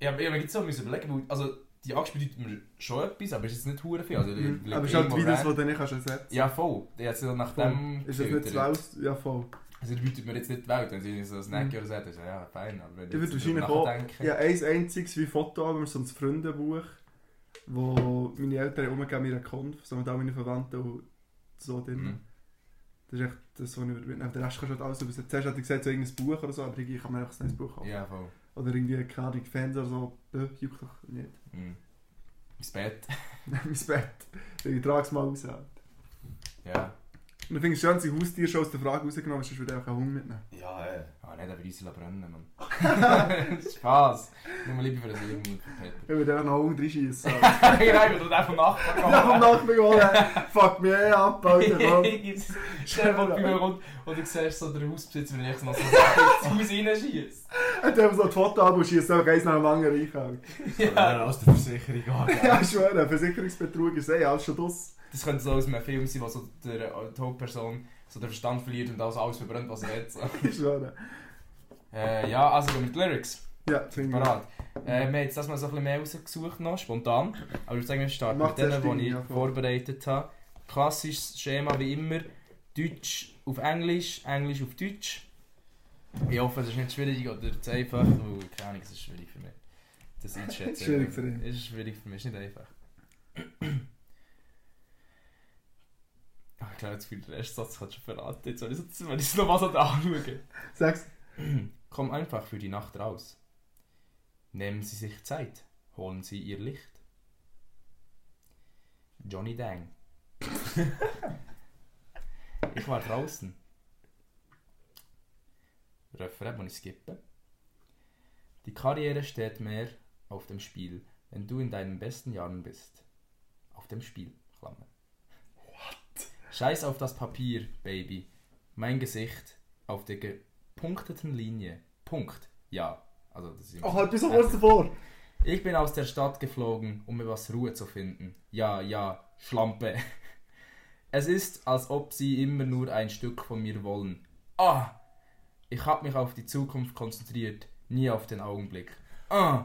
Speaker 6: Ja, aber ich habe jetzt so müssen überlegen, weil, also die Axt bedeutet mir schon etwas, aber es ist jetzt nicht hure viel. Also, die-
Speaker 5: Mhm.
Speaker 6: die
Speaker 5: Aber es ist
Speaker 6: liegt
Speaker 5: halt
Speaker 6: irgendwo
Speaker 5: wie das,
Speaker 6: rein.
Speaker 5: was du nicht kannst ersetzen
Speaker 6: Ja, voll. Ich habe es ja nach dem
Speaker 5: Ist das nicht
Speaker 6: gefiltert.
Speaker 5: zu laus? Ja, voll.
Speaker 6: Also die bietet mir jetzt nicht die Welt, wenn sie so ein Snack oder so hat, ist ja, ja fein. Aber wenn
Speaker 5: Ich würde
Speaker 6: jetzt drüber
Speaker 5: Mhm. wahrscheinlich auch
Speaker 6: nachdenke-
Speaker 5: ja, ein einziges wie Fotoalbum, so ein Freundebuch, wo meine Eltern umgegeben mir eine Konf, so mit all meinen Verwandten und so drin.
Speaker 6: Mhm.
Speaker 5: Das ist echt das, was ich mitnehme. Aber Den Rest kannst du halt alles übersetzen. Zuerst hatte ich gesagt, so irgendein Buch oder so, aber irgendwie kann man einfach ein neues Buch haben.
Speaker 6: Ja, voll.
Speaker 5: Oder irgendwie, keine Ahnung, Fans oder so, Bö, juckt doch nicht.
Speaker 6: Mhm. ins Bett.
Speaker 5: mein Bett. Ich trage es mal raus. Alter.
Speaker 6: Ja.
Speaker 5: Und ich finde es schön, dass die Haustiere schon aus der Frage rausgenommen hast, sonst würde ich einfach einen Hund mitnehmen.
Speaker 7: Ja, äh. ey.
Speaker 6: Ah, nicht aber uns brennen, Mann. Spaß. Nur mal lieber für das Leben und für Peter.
Speaker 5: Ich würde einfach noch einen Hund reinschiessen. Alter.
Speaker 6: Ich reibe dir den vom Nachbarn.
Speaker 5: Ja, vom Nachbarn holen. Fuck mich eh ab, Alter. komm.
Speaker 6: Stell dir mal bei mir rund und du siehst so den Hausbesitzer, wenn ich jetzt noch so ins Haus reinschieße.
Speaker 5: Er hat einfach so ein Fotoalbum schießt, einfach eins nach dem anderen rein. Alter.
Speaker 7: Ja. Dann Also, aus der Versicherung angeben.
Speaker 5: Ja, ich schwöre, Versicherungsbetrug ist eh alles schon draus.
Speaker 6: Das könnte so aus einem Film sein, wo so der, äh, die Hauptperson so den Verstand verliert und also alles verbrennt, was er hat. So.
Speaker 5: Ich schwöre.
Speaker 6: Äh, ja, also gehen wir die Lyrics.
Speaker 5: Ja, finde ich.
Speaker 6: Parat. Äh, wir haben jetzt das mal so ein bisschen mehr rausgesucht, noch, spontan. Aber ich würde sagen, wir starten
Speaker 5: Macht
Speaker 6: mit denen,
Speaker 5: zuerst
Speaker 6: die
Speaker 5: deine,
Speaker 6: ich
Speaker 5: ja, voll.
Speaker 6: vorbereitet habe. Klassisches Schema wie immer: Deutsch auf Englisch, Englisch auf Deutsch. Ich hoffe, es ist nicht schwierig oder zu einfach, weil keine Ahnung, es ist schwierig für mich. Das einschätzen.
Speaker 5: Schwierig für ihn.
Speaker 6: Es ist schwierig für mich, es ist nicht einfach. Ah, Ich glaube, jetzt für den Restsatz kannst du schon verraten. Jetzt soll ich es wenn ich es noch mal so anschauen.
Speaker 5: Sag's.
Speaker 6: Komm einfach für die Nacht raus. Nehmen Sie sich Zeit. Holen Sie Ihr Licht. Johnny Dang. ich war draußen. Refrain muss ich skippen. Die Karriere steht mehr auf dem Spiel, wenn du in deinen besten Jahren bist. Auf dem Spiel, Klammer. What? Scheiß auf das Papier, Baby. Mein Gesicht auf der gepunkteten Linie. Punkt. Ja. Also, das ist
Speaker 5: Oh, ich bin so kurz davor.
Speaker 6: ich bin aus der Stadt geflogen, um etwas Ruhe zu finden. Ja, ja, Schlampe. Es ist, als ob sie immer nur ein Stück von mir wollen. Ah! Ich habe mich auf die Zukunft konzentriert, nie auf den Augenblick. Ah!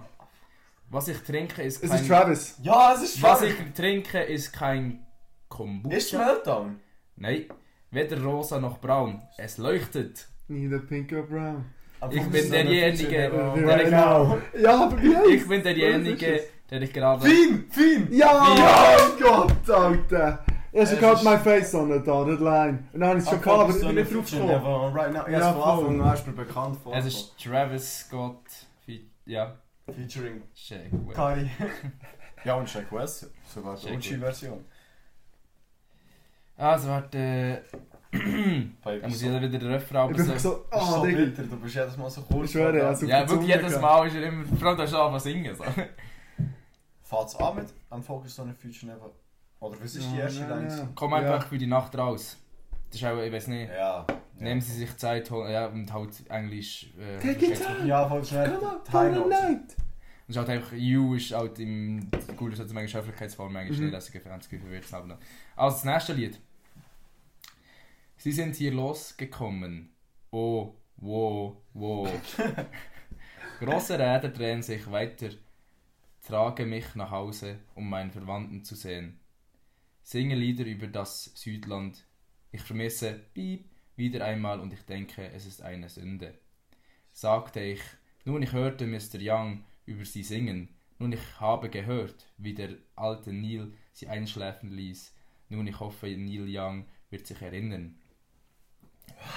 Speaker 6: Was ich trinke ist
Speaker 5: Es
Speaker 6: kein...
Speaker 5: ist Travis.
Speaker 7: Ja, es ist
Speaker 6: was
Speaker 7: schwierig.
Speaker 6: ich trinke ist kein Kombucha.
Speaker 7: Ist Meltdown?
Speaker 6: Nein, weder rosa noch braun. Es leuchtet.
Speaker 5: Neither pink or brown.
Speaker 7: Aber
Speaker 6: Ich
Speaker 7: warum
Speaker 6: bin
Speaker 7: so eine
Speaker 6: derjenige,
Speaker 7: Versicherung?
Speaker 6: der ich,
Speaker 5: Genau. Ja, aber wie
Speaker 6: ich
Speaker 5: heißt
Speaker 6: bin derjenige, der ich gerade...
Speaker 7: Fein, fein!
Speaker 5: Ja,
Speaker 6: Ja.
Speaker 5: mein Gott, Alter. Ich habe schon
Speaker 7: Es
Speaker 5: gehört,
Speaker 7: ist-
Speaker 5: my face on a dotted line. Und dann habe ich es
Speaker 6: Ah,
Speaker 5: schon gehabt, aber ich bin nicht drauf gekommen.
Speaker 7: Right now,
Speaker 5: Ja,
Speaker 7: ja, von
Speaker 5: voll.
Speaker 7: Anfang an ist mir bekannt vor.
Speaker 6: Es ist Travis Scott. Fe- Ja,
Speaker 7: featuring
Speaker 6: Shaq.
Speaker 7: Kari. ja, und Shaq West, sogar die
Speaker 6: Shaq
Speaker 7: OG-Version.
Speaker 6: Also warte. da muss ich dann wieder den Refrain
Speaker 5: Ich bin einfach
Speaker 6: raus.
Speaker 5: so,
Speaker 7: Das ist
Speaker 5: ah,
Speaker 7: so
Speaker 5: Digga.
Speaker 7: bitter, du bist jedes Mal so kurz.
Speaker 5: Ich schwöre, also
Speaker 6: Ja, wirklich jedes Mal ist er immer. Vor allem, da ist er anfangen zu singen. So.
Speaker 7: Fährt's an mit am Focus on the Future Never. Oder was ist die erste Lines?
Speaker 6: Komm einfach für die Nacht raus. Das ist auch, ich weiß nicht.
Speaker 7: Ja.
Speaker 6: Nehmen Sie sich Zeit, hol- ja, und halt Englisch. Äh,
Speaker 5: Take it
Speaker 6: Das
Speaker 5: time.
Speaker 7: Ja, voll schnell.
Speaker 5: Come on,
Speaker 7: High
Speaker 5: for the
Speaker 7: Notes.
Speaker 5: night.
Speaker 6: ist halt einfach, You ist halt im. Gut, das hat manchmal Schöpflichkeitsform, manchmal
Speaker 5: Mhm.
Speaker 6: mhm. lässige Fernsehen verwirrt es aber noch. Also, das nächste Lied. Sie sind hier losgekommen. Oh, wo, wo. Große Räder drehen sich weiter. Trage mich nach Hause, um meinen Verwandten zu sehen. Singe Lieder über das Südland. Ich vermisse Piep wieder einmal und ich denke, es ist eine Sünde. Sagte ich, nun ich hörte Mr. Young über sie singen. Nun ich habe gehört, wie der alte Neil sie einschläfen ließ. Nun ich hoffe, Neil Young wird sich erinnern.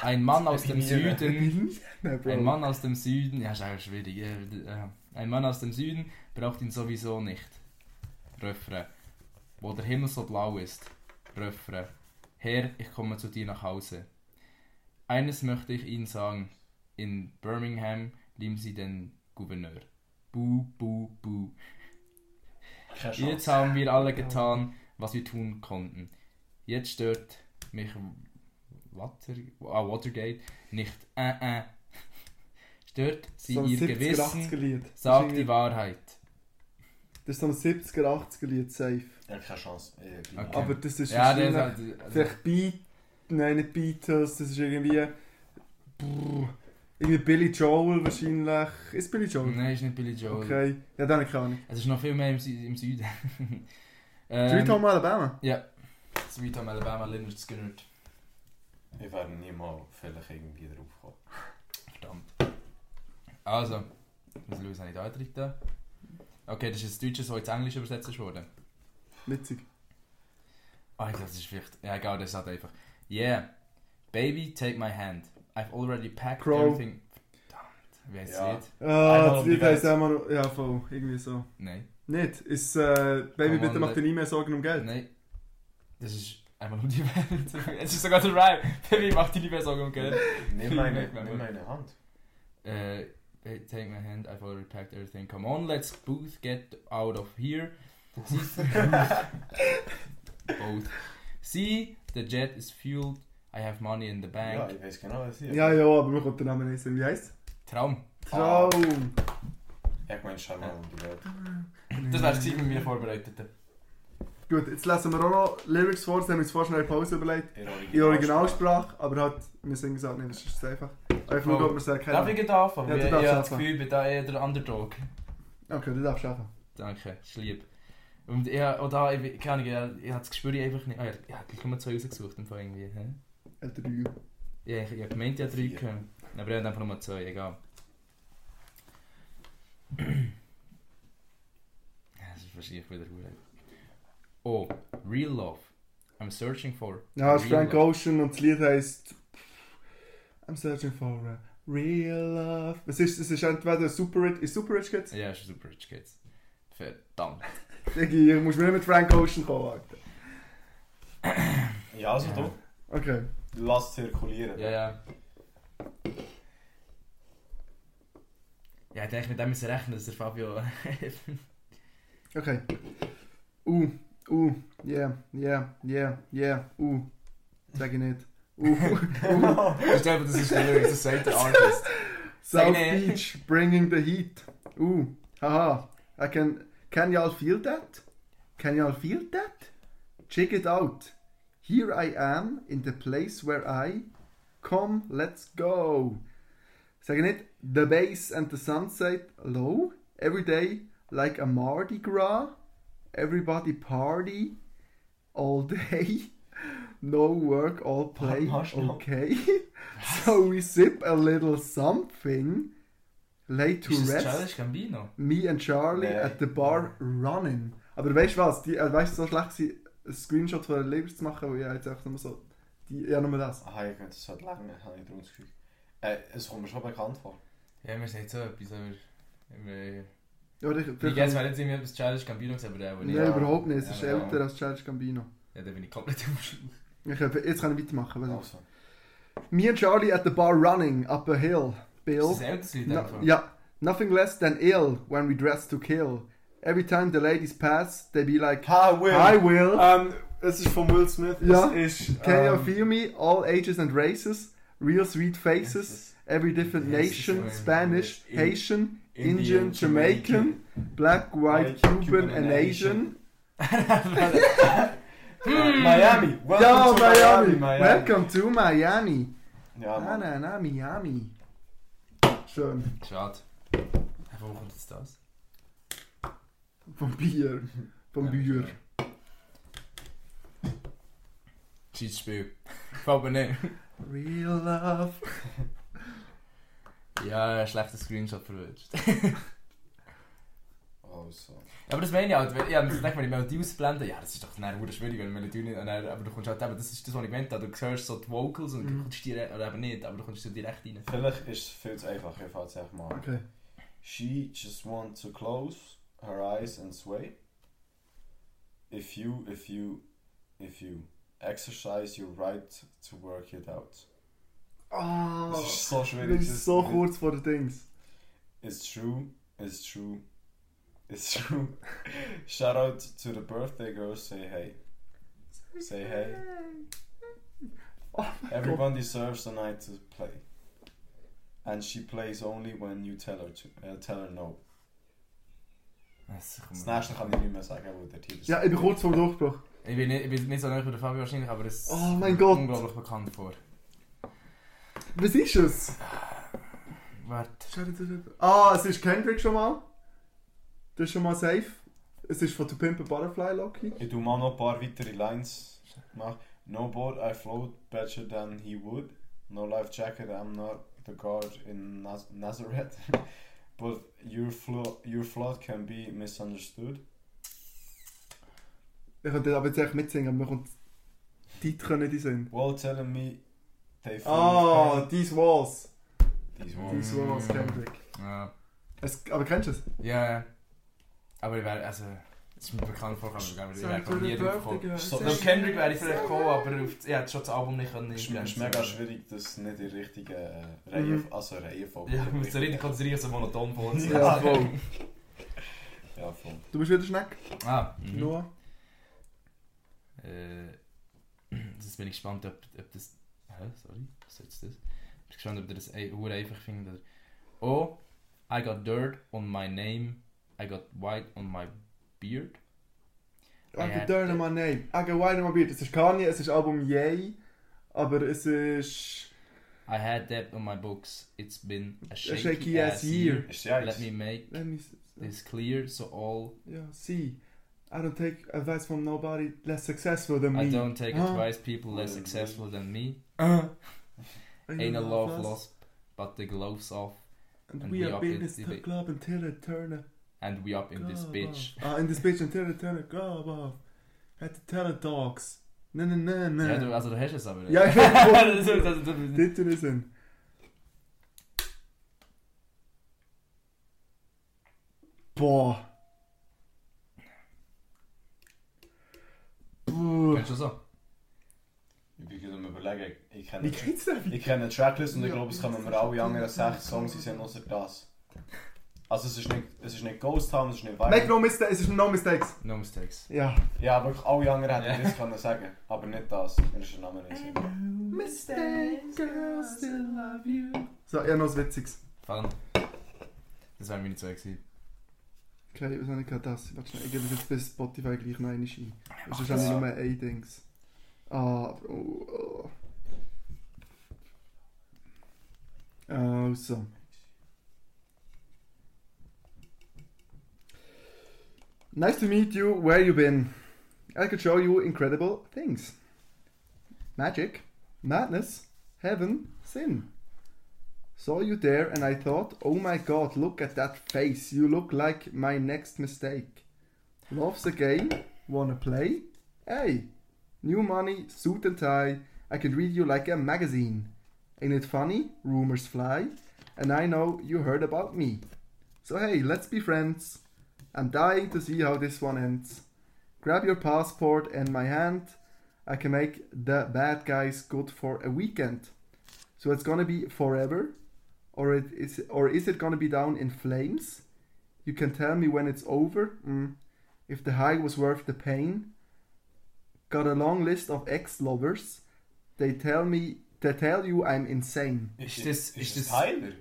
Speaker 6: Ein Mann aus dem
Speaker 7: Definiere.
Speaker 6: Süden.
Speaker 5: Nein, Bro.
Speaker 6: Ein Mann aus dem Süden, ja, ist auch schwierig. äh, äh, Ein Mann aus dem Süden braucht ihn sowieso nicht. Refrain. Wo der Himmel so blau ist. Refrain. Herr, ich komme zu dir nach Hause. Eines möchte ich Ihnen sagen. In Birmingham lieben Sie den Gouverneur. Bu, bu, bu.
Speaker 7: Keine
Speaker 6: Jetzt
Speaker 7: Chance.
Speaker 6: haben wir alle getan, was wir tun konnten. Jetzt stört mich Water, ah, Watergate nicht. Äh, äh. Stört sie
Speaker 5: So ein
Speaker 6: ihr
Speaker 5: 70er,
Speaker 6: Gewissen,
Speaker 5: 80er-Lied.
Speaker 6: sagt die Wahrheit.
Speaker 5: Das ist so ein 70er, 80er-Lied, safe.
Speaker 7: Ja, keine Chance. Ich-
Speaker 6: Okay.
Speaker 5: Aber das ist
Speaker 6: Ja, der, halt-
Speaker 5: wahrscheinlich-
Speaker 6: der, der,
Speaker 5: Vielleicht Beat, nein, nicht Beatles, das ist irgendwie. Brrr, irgendwie Billy Joel wahrscheinlich. Ist Billy Joel?
Speaker 6: Nein, ist nicht Billy Joel.
Speaker 5: Okay, ja, dann keine Ahnung.
Speaker 6: Es ist noch viel mehr im, Sü im Süden. ähm,
Speaker 5: Sweet Home Alabama.
Speaker 6: Sweet Home Alabama, Leonard Skinner.
Speaker 7: Ich werde niemals vielleicht irgendwie drauf kommen.
Speaker 6: Verdammt. Also, was Louis habe ich da eingetragen? Okay, das ist ein Deutsches, das ins Englische übersetzt wurde.
Speaker 5: Witzig.
Speaker 6: Ah, ich glaube, das ist vielleicht. Ja, egal, das hat einfach. Yeah. Baby, take my hand. I've already packed
Speaker 5: Crow.
Speaker 6: everything. Verdammt. Wer ist
Speaker 7: Ja.
Speaker 6: das Lied?
Speaker 5: Ah,
Speaker 7: Einmal
Speaker 5: das
Speaker 7: um die
Speaker 5: Lied heisst
Speaker 7: Welt.
Speaker 5: immer noch. Ja, voll, irgendwie so.
Speaker 6: Nein.
Speaker 5: Nicht? Ist, äh, Baby,
Speaker 6: Komm,
Speaker 5: bitte
Speaker 6: Mann,
Speaker 5: mach dir nie mehr Sorgen um Geld.
Speaker 6: Nein. Das ist einfach nur die Welt. es ist sogar der Rhyme. Baby, mach die Liebe Sorgen um Geld.
Speaker 7: Nimm
Speaker 6: Viel
Speaker 7: meine,
Speaker 6: weg, mein
Speaker 7: nimm
Speaker 6: Mann.
Speaker 7: meine Hand.
Speaker 6: Uh, take my hand, I've already packed everything. Come on, let's both get out of here. See, both. See, the jet is fueled. I have money in the
Speaker 7: Ja,
Speaker 6: bank.
Speaker 7: ich weiß genau, was ich
Speaker 5: Ja, ja, aber mir kommt der Name nicht in. Wie heisst
Speaker 6: Traum.
Speaker 7: Ah.
Speaker 5: Traum.
Speaker 7: Ich meine, schau mal um die Welt.
Speaker 6: Das wär's gewesen mit mir vorbereitet.
Speaker 5: Gut, jetzt lesen wir auch noch Lyrics vor. Das haben wir uns vorher schnell in Pause überlegt. In
Speaker 7: In
Speaker 5: Originalsprache, aber halt, wir singen es halt nicht. Das ist einfach. Einfach nur, ob wir es
Speaker 6: Darf ich
Speaker 5: erkennen.
Speaker 6: gleich anfangen?
Speaker 5: Ja, du
Speaker 6: ich ich
Speaker 5: darfst
Speaker 6: habe das
Speaker 5: anfangen.
Speaker 6: Gefühl, ich bin da eher der Underdog.
Speaker 5: Okay, du darfst schaffen.
Speaker 6: Danke, ist lieb. Und ich habe, oder ich, keine Ahnung, ich, ich habe das Gespür einfach nicht. Ah, ja, ich habe gleich nur zwei rausgesucht, im Fall irgendwie. hä?
Speaker 5: Ein Drei.
Speaker 6: Ja, ich, ich hab gemeint, ich habe drei
Speaker 7: Vier.
Speaker 6: können. Aber ich habe einfach nur zwei, egal. Ja, Das ist wahrscheinlich wieder gut. Oh, Real Love. I'm searching for.
Speaker 5: Ja, es ist
Speaker 6: real
Speaker 5: Frank
Speaker 6: love.
Speaker 5: Ocean und das Lied heisst I'm searching for a real love. Es ist, es ist entweder Super Rich, ist Super Rich geht's?
Speaker 6: Ja, ist super, jetzt geht's. Verdammt.
Speaker 5: Diggi, ich muss mir nicht mit Frank Ocean kommen, Alter.
Speaker 7: Ja, also
Speaker 6: Ja.
Speaker 5: Okay.
Speaker 7: du, lass zirkulieren.
Speaker 6: Ja, ja. Ja, ich denke, mit dem müssen wir rechnen, dass der Fabio.
Speaker 5: Okay. Uh, uh, yeah, yeah, yeah, yeah, uh. Sag ich nicht. Uh, uh, uh.
Speaker 6: Ich glaube, das ist der Lyrics, das sagt der Artist. Sag
Speaker 5: South
Speaker 6: nicht.
Speaker 5: Beach, bringing the heat. Uh, haha. I can, can y'all feel that? Can y'all feel that? Check it out. Here I am in the place where I come, let's go. Sag ich nicht, the bass and the sunset low, every day like a Mardi Gras, everybody party all day, no work, all play,
Speaker 7: Mach schnell.
Speaker 5: okay. so we sip a little something, lay to
Speaker 6: Ist das
Speaker 5: rest,
Speaker 6: Childish Gambino?
Speaker 5: me and Charlie
Speaker 7: Nee.
Speaker 5: at the bar running. Aber weißt du was, die, äh, weißt du, so schlecht war, ein Screenshot von den Lyrics zu machen, weil ich jetzt einfach nur so, die, ja nur das.
Speaker 7: Aha, ich könnte es halt länger, habe ich darum das Gefühl. Äh, es kommt mir schon bekannt vor.
Speaker 6: Ja, mir sagt so etwas, aber. aber- äh,
Speaker 5: Ja, ich,
Speaker 6: Ich guess, weil jetzt irgendwie etwas Childish Gambino gesagt aber der, aber
Speaker 5: Nein,
Speaker 6: nicht.
Speaker 5: überhaupt nicht. Es
Speaker 6: Ja,
Speaker 5: ist
Speaker 6: genau.
Speaker 5: älter als Charles Gambino.
Speaker 6: Ja, da bin ich komplett im Schluss.
Speaker 5: Ich, hab- jetzt kann ich weitermachen. warte.
Speaker 7: Also.
Speaker 5: Me and Charlie at the bar running up a hill.
Speaker 6: Ist
Speaker 5: Bill.
Speaker 6: das älteres Lied
Speaker 5: No-
Speaker 6: einfach?
Speaker 5: yeah. Nothing less than ill when we dress to kill. Every time the ladies pass, they be like,
Speaker 7: Hi, Um, Will!
Speaker 5: I will.
Speaker 4: Ähm, es ist von Will Smith.
Speaker 5: Ja.
Speaker 4: Es ist.
Speaker 5: Can you
Speaker 4: ähm,
Speaker 5: feel me? All ages and races. Real sweet faces. Every different
Speaker 6: Yes,
Speaker 5: nation.
Speaker 6: German,
Speaker 5: Spanish,
Speaker 7: English,
Speaker 5: Haitian,
Speaker 7: Indian,
Speaker 5: Indian, Jamaican, black, white,
Speaker 7: White,
Speaker 5: Cuban and Asian.
Speaker 7: Miami! Welcome
Speaker 5: Ja,
Speaker 7: to
Speaker 5: Miami.
Speaker 7: Miami!
Speaker 5: Welcome to Miami.
Speaker 7: Ja,
Speaker 5: Na,
Speaker 7: Mann.
Speaker 5: na, na, Miami. Schön.
Speaker 6: Schade. Hä, Wo kommt jetzt das?
Speaker 5: Vom Bier. Vom
Speaker 6: Ja,
Speaker 5: Bier.
Speaker 6: Scheiß Spiel. Gefällt mir nicht.
Speaker 5: Real love.
Speaker 6: Ja, schlechter Screenshot verwünscht.
Speaker 7: Also.
Speaker 6: Aber das meine ich halt, weil- ja, ich denke, wenn ich Melodie ausblende, ja, das ist doch dann verdammt schwierig, wenn die Melodie nicht, und dann, aber du kommst halt eben, das ist das, was ich gemeint habe, du hörst so die Vocals und
Speaker 5: Mhm.
Speaker 6: du kommst direkt, oder eben nicht, aber du kommst so direkt rein.
Speaker 7: Vielleicht ist es viel zu einfach, ich fahre es einfach mal. an.
Speaker 5: Okay.
Speaker 7: She just wants to close her eyes and sway. If you, if you, if you exercise your right to work it out.
Speaker 5: Oh,
Speaker 7: Das ist so schwierig.
Speaker 5: das
Speaker 7: das
Speaker 5: ist so
Speaker 7: Lied.
Speaker 5: kurz vor den Dings.
Speaker 7: It's true, it's true, it's true. Shout out to the birthday girls, say hey. Say hey.
Speaker 5: Oh
Speaker 7: Everyone deserves a night to play. And she plays only when you tell her to. Äh, tell her no.
Speaker 6: Das kommt
Speaker 7: Das
Speaker 6: mir-
Speaker 7: nächste kann ich nicht mehr sagen, wo der Titel
Speaker 5: Ja, ich bin kurz vor dem Durchbruch.
Speaker 6: Ich bin nicht, ich bin nicht so nah wie der Fabio wahrscheinlich, aber es
Speaker 5: Oh mein
Speaker 6: kommt
Speaker 5: Gott.
Speaker 6: unglaublich bekannt vor.
Speaker 5: Was ist es?
Speaker 6: Warte.
Speaker 5: Ah, es ist Kendrick schon mal. Das ist schon mal safe. Es ist von To Pimp a Butterfly, Loki.
Speaker 7: Ich tu mal noch ein paar weitere Lines nach. No boat I float better than he would. No life jacket, I'm not the guard in Naz- Nazareth. But your, flo your flood can be misunderstood.
Speaker 5: Ich könnte aber jetzt echt mitsingen, aber mir kommt die Titel nicht in den Sinn.
Speaker 7: While telling me they feel
Speaker 5: Ah,
Speaker 7: pain.
Speaker 5: These Walls.
Speaker 7: These
Speaker 6: Mm.
Speaker 7: words.
Speaker 5: These Walls, Kendrick.
Speaker 6: Ja,
Speaker 5: Es, aber kennst du es?
Speaker 6: ja. ja. Aber ich wäre, also, es ist mir bekannt vorgekommen, aber ich
Speaker 5: Sorry
Speaker 6: wäre
Speaker 5: for
Speaker 6: noch
Speaker 5: the
Speaker 6: nie drauf gekommen.
Speaker 5: birthday,
Speaker 7: So,
Speaker 5: guys.
Speaker 6: Noch Kendrick wäre ich vielleicht gekommen, aber auf, ich hätte schon das Album nicht können.
Speaker 7: Es ist mega schwierig, das nicht in dus richtige äh, Reihe,
Speaker 5: Mhm.
Speaker 7: also Reihenfolge.
Speaker 6: Ja, mit der Rede konzentriere ich so monoton vor uns.
Speaker 5: Ja, voll.
Speaker 7: Ja, voll.
Speaker 5: Du bist wieder Schneck,
Speaker 6: Ah, mhm.
Speaker 5: Noah.
Speaker 6: Äh, jetzt bin ich gespannt, ob, ob das. Hä? Sorry, was ist das? Ich bin gespannt, ob ihr das ei- hure einfach findet. Oder... Oh, I got dirt on my name, I got white on my beard.
Speaker 5: I can
Speaker 6: Ja,
Speaker 5: turn on my name. I can wine on my beard. Es ist Kanye, es ist Album Yay, aber es ist
Speaker 6: I had debt on my books, it's been a shaky,
Speaker 5: shaky ass
Speaker 6: ass
Speaker 5: year.
Speaker 6: year.
Speaker 7: Ist ja
Speaker 6: Let me make
Speaker 5: let me
Speaker 6: this clear so all
Speaker 5: yeah, see. I don't take advice from nobody less successful than me. Uh.
Speaker 6: I don't take
Speaker 5: Huh?
Speaker 6: advice people less
Speaker 7: Than me.
Speaker 6: successful than me.
Speaker 5: Ain't
Speaker 6: Ain't
Speaker 5: no
Speaker 6: a love
Speaker 5: loss.
Speaker 6: lost, but the gloves off
Speaker 5: And,
Speaker 6: and
Speaker 5: we
Speaker 6: we
Speaker 5: are
Speaker 6: up
Speaker 5: been
Speaker 6: in
Speaker 5: this
Speaker 6: the
Speaker 5: t-
Speaker 6: bit.
Speaker 5: club until I turn a
Speaker 6: and we up in this
Speaker 5: gob
Speaker 6: bitch.
Speaker 5: off. Ah, in this bitch until I turn a gob off. Had to tell the dogs. Na na na na.
Speaker 6: Ja, du, also du hast es aber.
Speaker 5: Ja, ich bin-
Speaker 6: das, ist- das, das,
Speaker 5: Dort ist ein. Boah. Buh.
Speaker 6: Kennst du so?
Speaker 7: Ich bin gerade am überlegen. Ich
Speaker 5: Wie
Speaker 7: kenne,
Speaker 5: geht's denn?
Speaker 7: ich kenne eine Tracklist und ich
Speaker 5: Ja,
Speaker 7: glaube, es
Speaker 5: ich
Speaker 7: kommen
Speaker 5: weiß
Speaker 7: mir
Speaker 5: nicht,
Speaker 7: alle
Speaker 5: ob
Speaker 7: anderen
Speaker 5: das
Speaker 7: sechs
Speaker 5: so
Speaker 7: Songs
Speaker 5: kann.
Speaker 7: sein, außer das. Also es ist nicht, es ist nicht Ghost Town, es ist nicht
Speaker 5: Make
Speaker 7: Violent.
Speaker 5: no mistakes, es ist no mistakes.
Speaker 6: No mistakes.
Speaker 5: Ja.
Speaker 7: Ja, wirklich alle anderen hätten
Speaker 6: Ja.
Speaker 7: das können sagen. Aber nicht das. Mir ist der Name nicht sicher.
Speaker 5: Mistakes, girls still love you. So, eher noch was Witziges.
Speaker 6: Fun. Das wären meine zwei gewesen.
Speaker 5: Okay, was habe ich gerade das? Warte schnell, ich gebe das jetzt bis Spotify gleich noch einmal ein. Es ist eigentlich
Speaker 7: das.
Speaker 5: nur ein Dings. Ah, oh, oh. Also. Nice to meet you, where you been? I could show you incredible things. Magic, madness, heaven, sin. Saw you there and I thought, oh my god, look at that face. You look like my next mistake. Loves the game, wanna play? Hey, new money, suit and tie. I can read you like a magazine. Ain't it funny? Rumors fly. And I know you heard about me. So hey, let's be friends. I'm dying to see how this one ends. Grab your passport and my hand. I can make the bad guys good for a weekend. So it's gonna be forever, or it is, or is it gonna be down in flames? You can tell me when it's over. Mm. If the high was worth the pain. Got a long list of ex-lovers. They tell me, they tell you I'm insane.
Speaker 6: Ist das- ist das-
Speaker 7: Tyler?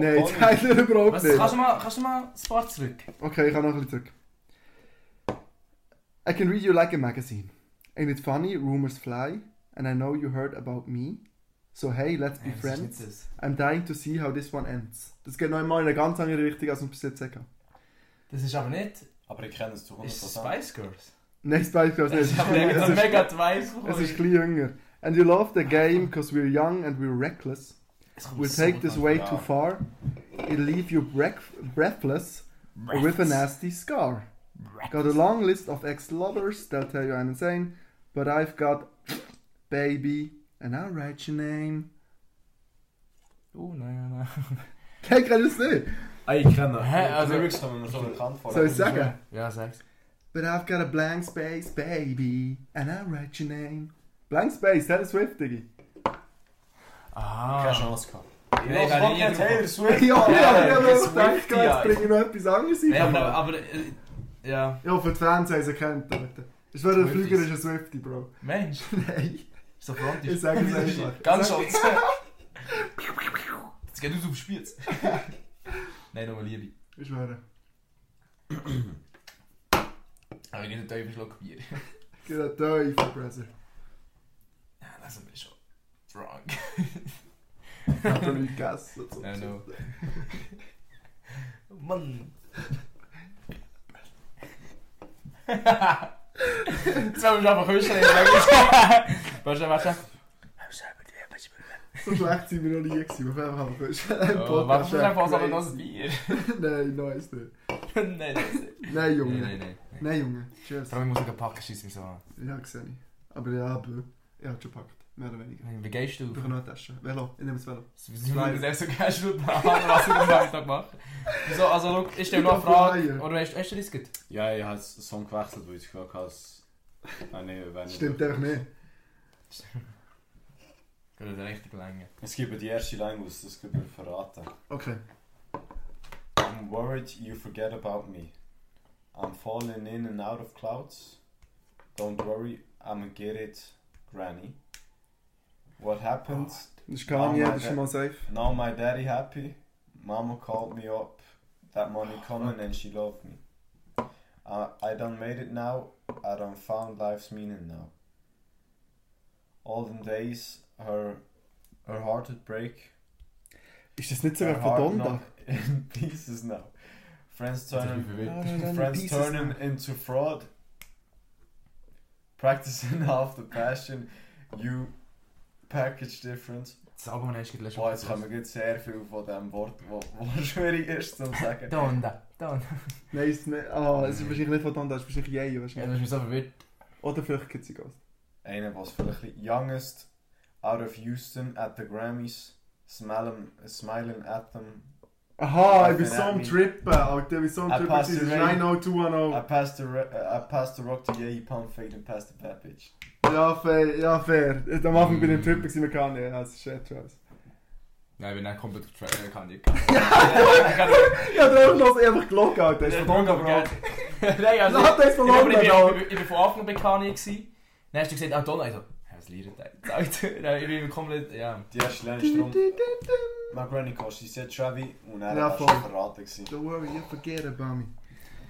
Speaker 5: Nein,
Speaker 7: Bonnie?
Speaker 5: das heißt überhaupt
Speaker 6: Was,
Speaker 5: nicht.
Speaker 6: kannst, du mal, kannst du mal das Paar zurück?
Speaker 5: Okay, ich habe noch ein bisschen zurück. I can read you like a magazine. Ain't it funny? Rumors fly. And I know you heard about me. So hey, let's be
Speaker 6: Nein, das ist
Speaker 5: friends.
Speaker 6: nicht das.
Speaker 5: I'm dying to see how this one ends. Das geht noch einmal in eine ganz andere Richtung, als wir bis jetzt gesagt haben.
Speaker 6: Das ist aber nicht.
Speaker 7: Aber ich kenne es zu 100%.
Speaker 6: Ist das Spice Girls?
Speaker 5: Nein, Spice Girls nicht. Es
Speaker 6: Das ist
Speaker 5: ist,
Speaker 6: aber nicht so
Speaker 5: es ist,
Speaker 6: mega Twice.
Speaker 5: es ist ein bisschen jünger. And you love the game, cause we're young and we're reckless. We'll take this way too far. It'll leave you breath- breathless or with a nasty scar. Got a long list of ex-lovers. They'll tell you I'm insane, but I've got baby, and I'll write your name.
Speaker 6: Oh nein, nein.
Speaker 5: Hey, kann ich sehen?
Speaker 6: Ah, ich kenne. Hä?
Speaker 7: Also,
Speaker 6: Also,
Speaker 7: Lyrics kommen mir so bekannt vor.
Speaker 5: Soll ich sagen?
Speaker 6: ja, sag's.
Speaker 5: But I've got a blank space, baby, and I'll write your name. Blank space, Taylor Swift, Diggi.
Speaker 7: Keine
Speaker 6: Ah.
Speaker 7: Chance gehabt.
Speaker 6: Ich kann nie
Speaker 7: Taylor
Speaker 6: drauf.
Speaker 7: Swift.
Speaker 5: ja, ja, ja,
Speaker 6: Taylor
Speaker 5: ja,
Speaker 6: Swift,
Speaker 5: danke,
Speaker 6: ja.
Speaker 5: jetzt bringe ich noch etwas anderes
Speaker 6: Nein,
Speaker 5: ein.
Speaker 6: aber. aber äh, ja.
Speaker 5: Ja, für die Fans haben sie erkannt, Alter. Ist wer der
Speaker 6: Swifties.
Speaker 5: Flüger ist ein Swifty, Bro.
Speaker 6: Mensch,
Speaker 5: Nein,
Speaker 6: so frontisch.
Speaker 5: ich sage es einfach.
Speaker 6: Ganz schatz. Jetzt geht uns aufs Spitz. Nein, nochmal Liebe.
Speaker 5: Ich schwöre.
Speaker 6: Aber ich nehme einen tiefen Schluck Bier.
Speaker 5: Geht der Teufel, Brother.
Speaker 6: Ja, das sind wir schon drunk.
Speaker 5: Hat er nicht gegessen.
Speaker 6: I know. Mann. Jetzt haben wir einfach Höschen Warte, warte.
Speaker 5: So schlecht sind wir noch nie gewesen. Wir können einfach kurz einen
Speaker 6: Oh, Warte, wir einfach aber noch
Speaker 5: crazy.
Speaker 6: ein Bier.
Speaker 5: Nein, nein, ist nicht.
Speaker 6: Nein, das ist nicht.
Speaker 5: Nein, Junge. Nein,
Speaker 6: Nein, nein, nein.
Speaker 5: Junge. Cheers.
Speaker 6: Vor allem, ich muss sogar packen, schießt mich so an.
Speaker 5: Ja, gesehen ich. Aber Ah, ja, blöd. Ich hab's schon gepackt. Mehr oder weniger.
Speaker 6: Wie gehst du?
Speaker 5: Ich brauche noch eine Tasche. Velo. Ich nehme das Velo.
Speaker 6: Ah, Sie sind das erste Casual-Plan, was ich am Samstag mache. Wieso? Also, look, ich stelle noch eine
Speaker 5: Ich glaub,
Speaker 6: Frage.
Speaker 5: Liar.
Speaker 6: Oder hast, hast du das gut?
Speaker 7: Ja, ich habe den Song gewechselt, weil ich das Gefühl hatte, dass- Ah, nee, wenn ich-
Speaker 5: Stimmt einfach nicht.
Speaker 6: Geht richtig lange.
Speaker 7: Es gibt die erste Line aus, das gibt mir verraten.
Speaker 5: Okay.
Speaker 7: I'm worried you forget about me. I'm falling in and out of clouds. Don't worry, I'ma get it, Granny. What happened?
Speaker 5: Das ist
Speaker 7: Oh
Speaker 5: Kanye,
Speaker 7: mein
Speaker 5: das ist
Speaker 7: Gott.
Speaker 5: mal safe.
Speaker 7: Now my daddy happy. Mama called me up. That money coming and she loved me. I I done made it now. I done found life's meaning now. All them days, her her heart would break.
Speaker 5: Ist das nicht
Speaker 7: her
Speaker 5: sogar von
Speaker 7: heart
Speaker 5: Donda?
Speaker 7: not in pieces now. Friends turn him Friends
Speaker 5: Pieces
Speaker 7: turn him into fraud. Practicing half the passion, you package different.
Speaker 6: Das Album hast du gerade
Speaker 7: Boah, jetzt haben
Speaker 6: letztes
Speaker 7: wir jetzt sehr viel von dem Wort, wo, wo schwierig ist um zu sagen.
Speaker 6: Donda. Donda.
Speaker 5: Nein, ist es nicht. Ah, es ist wahrscheinlich nicht von Donda, es ist wahrscheinlich Yay
Speaker 6: Ja,
Speaker 5: wahrscheinlich.
Speaker 6: du hast mich so verwirrt.
Speaker 5: Oder vielleicht gibt es Ghost.
Speaker 7: Einer, was vielleicht ein bisschen youngest out of Houston at the Grammys, smiling, smiling at them.
Speaker 5: Aha, ich bin
Speaker 7: Nein,
Speaker 5: so am
Speaker 7: nein.
Speaker 5: Trippen, Alter, ich bin so am
Speaker 7: I
Speaker 5: Trippen,
Speaker 7: passed
Speaker 5: das ist
Speaker 7: the rain.
Speaker 5: 90210.
Speaker 7: I passed the, re- uh, I passed the rock to yeah, he pump faked and passed the bad bitch.
Speaker 5: Ja, fair, ja, Eh, fair. Am Anfang bin ich am Trippen gewesen mit Kanye, ja, das ist shit, scheiße.
Speaker 6: Nein, ich bin dann komplett auf Trailer gekannt.
Speaker 5: Ja, du hast los, einfach gelockt, Alter, das ist von Donda, Bro.
Speaker 6: Nein, also.
Speaker 5: Lass das von
Speaker 6: Ich bin-
Speaker 5: Donda,
Speaker 6: ich
Speaker 5: Bro.
Speaker 6: bin- ich bin von Anfang an bei Kanye. gewesen. Dann hast du gesagt, ah, Donda. Ich so, ja, was liert der? Alter, Nein, ich bin komplett. Ja.
Speaker 7: Die erste Line ist drum. My granny called, she said Travi, und er
Speaker 5: Ja,
Speaker 7: war schon
Speaker 5: voll.
Speaker 7: verraten gewesen.
Speaker 5: Don't worry, you forget about me.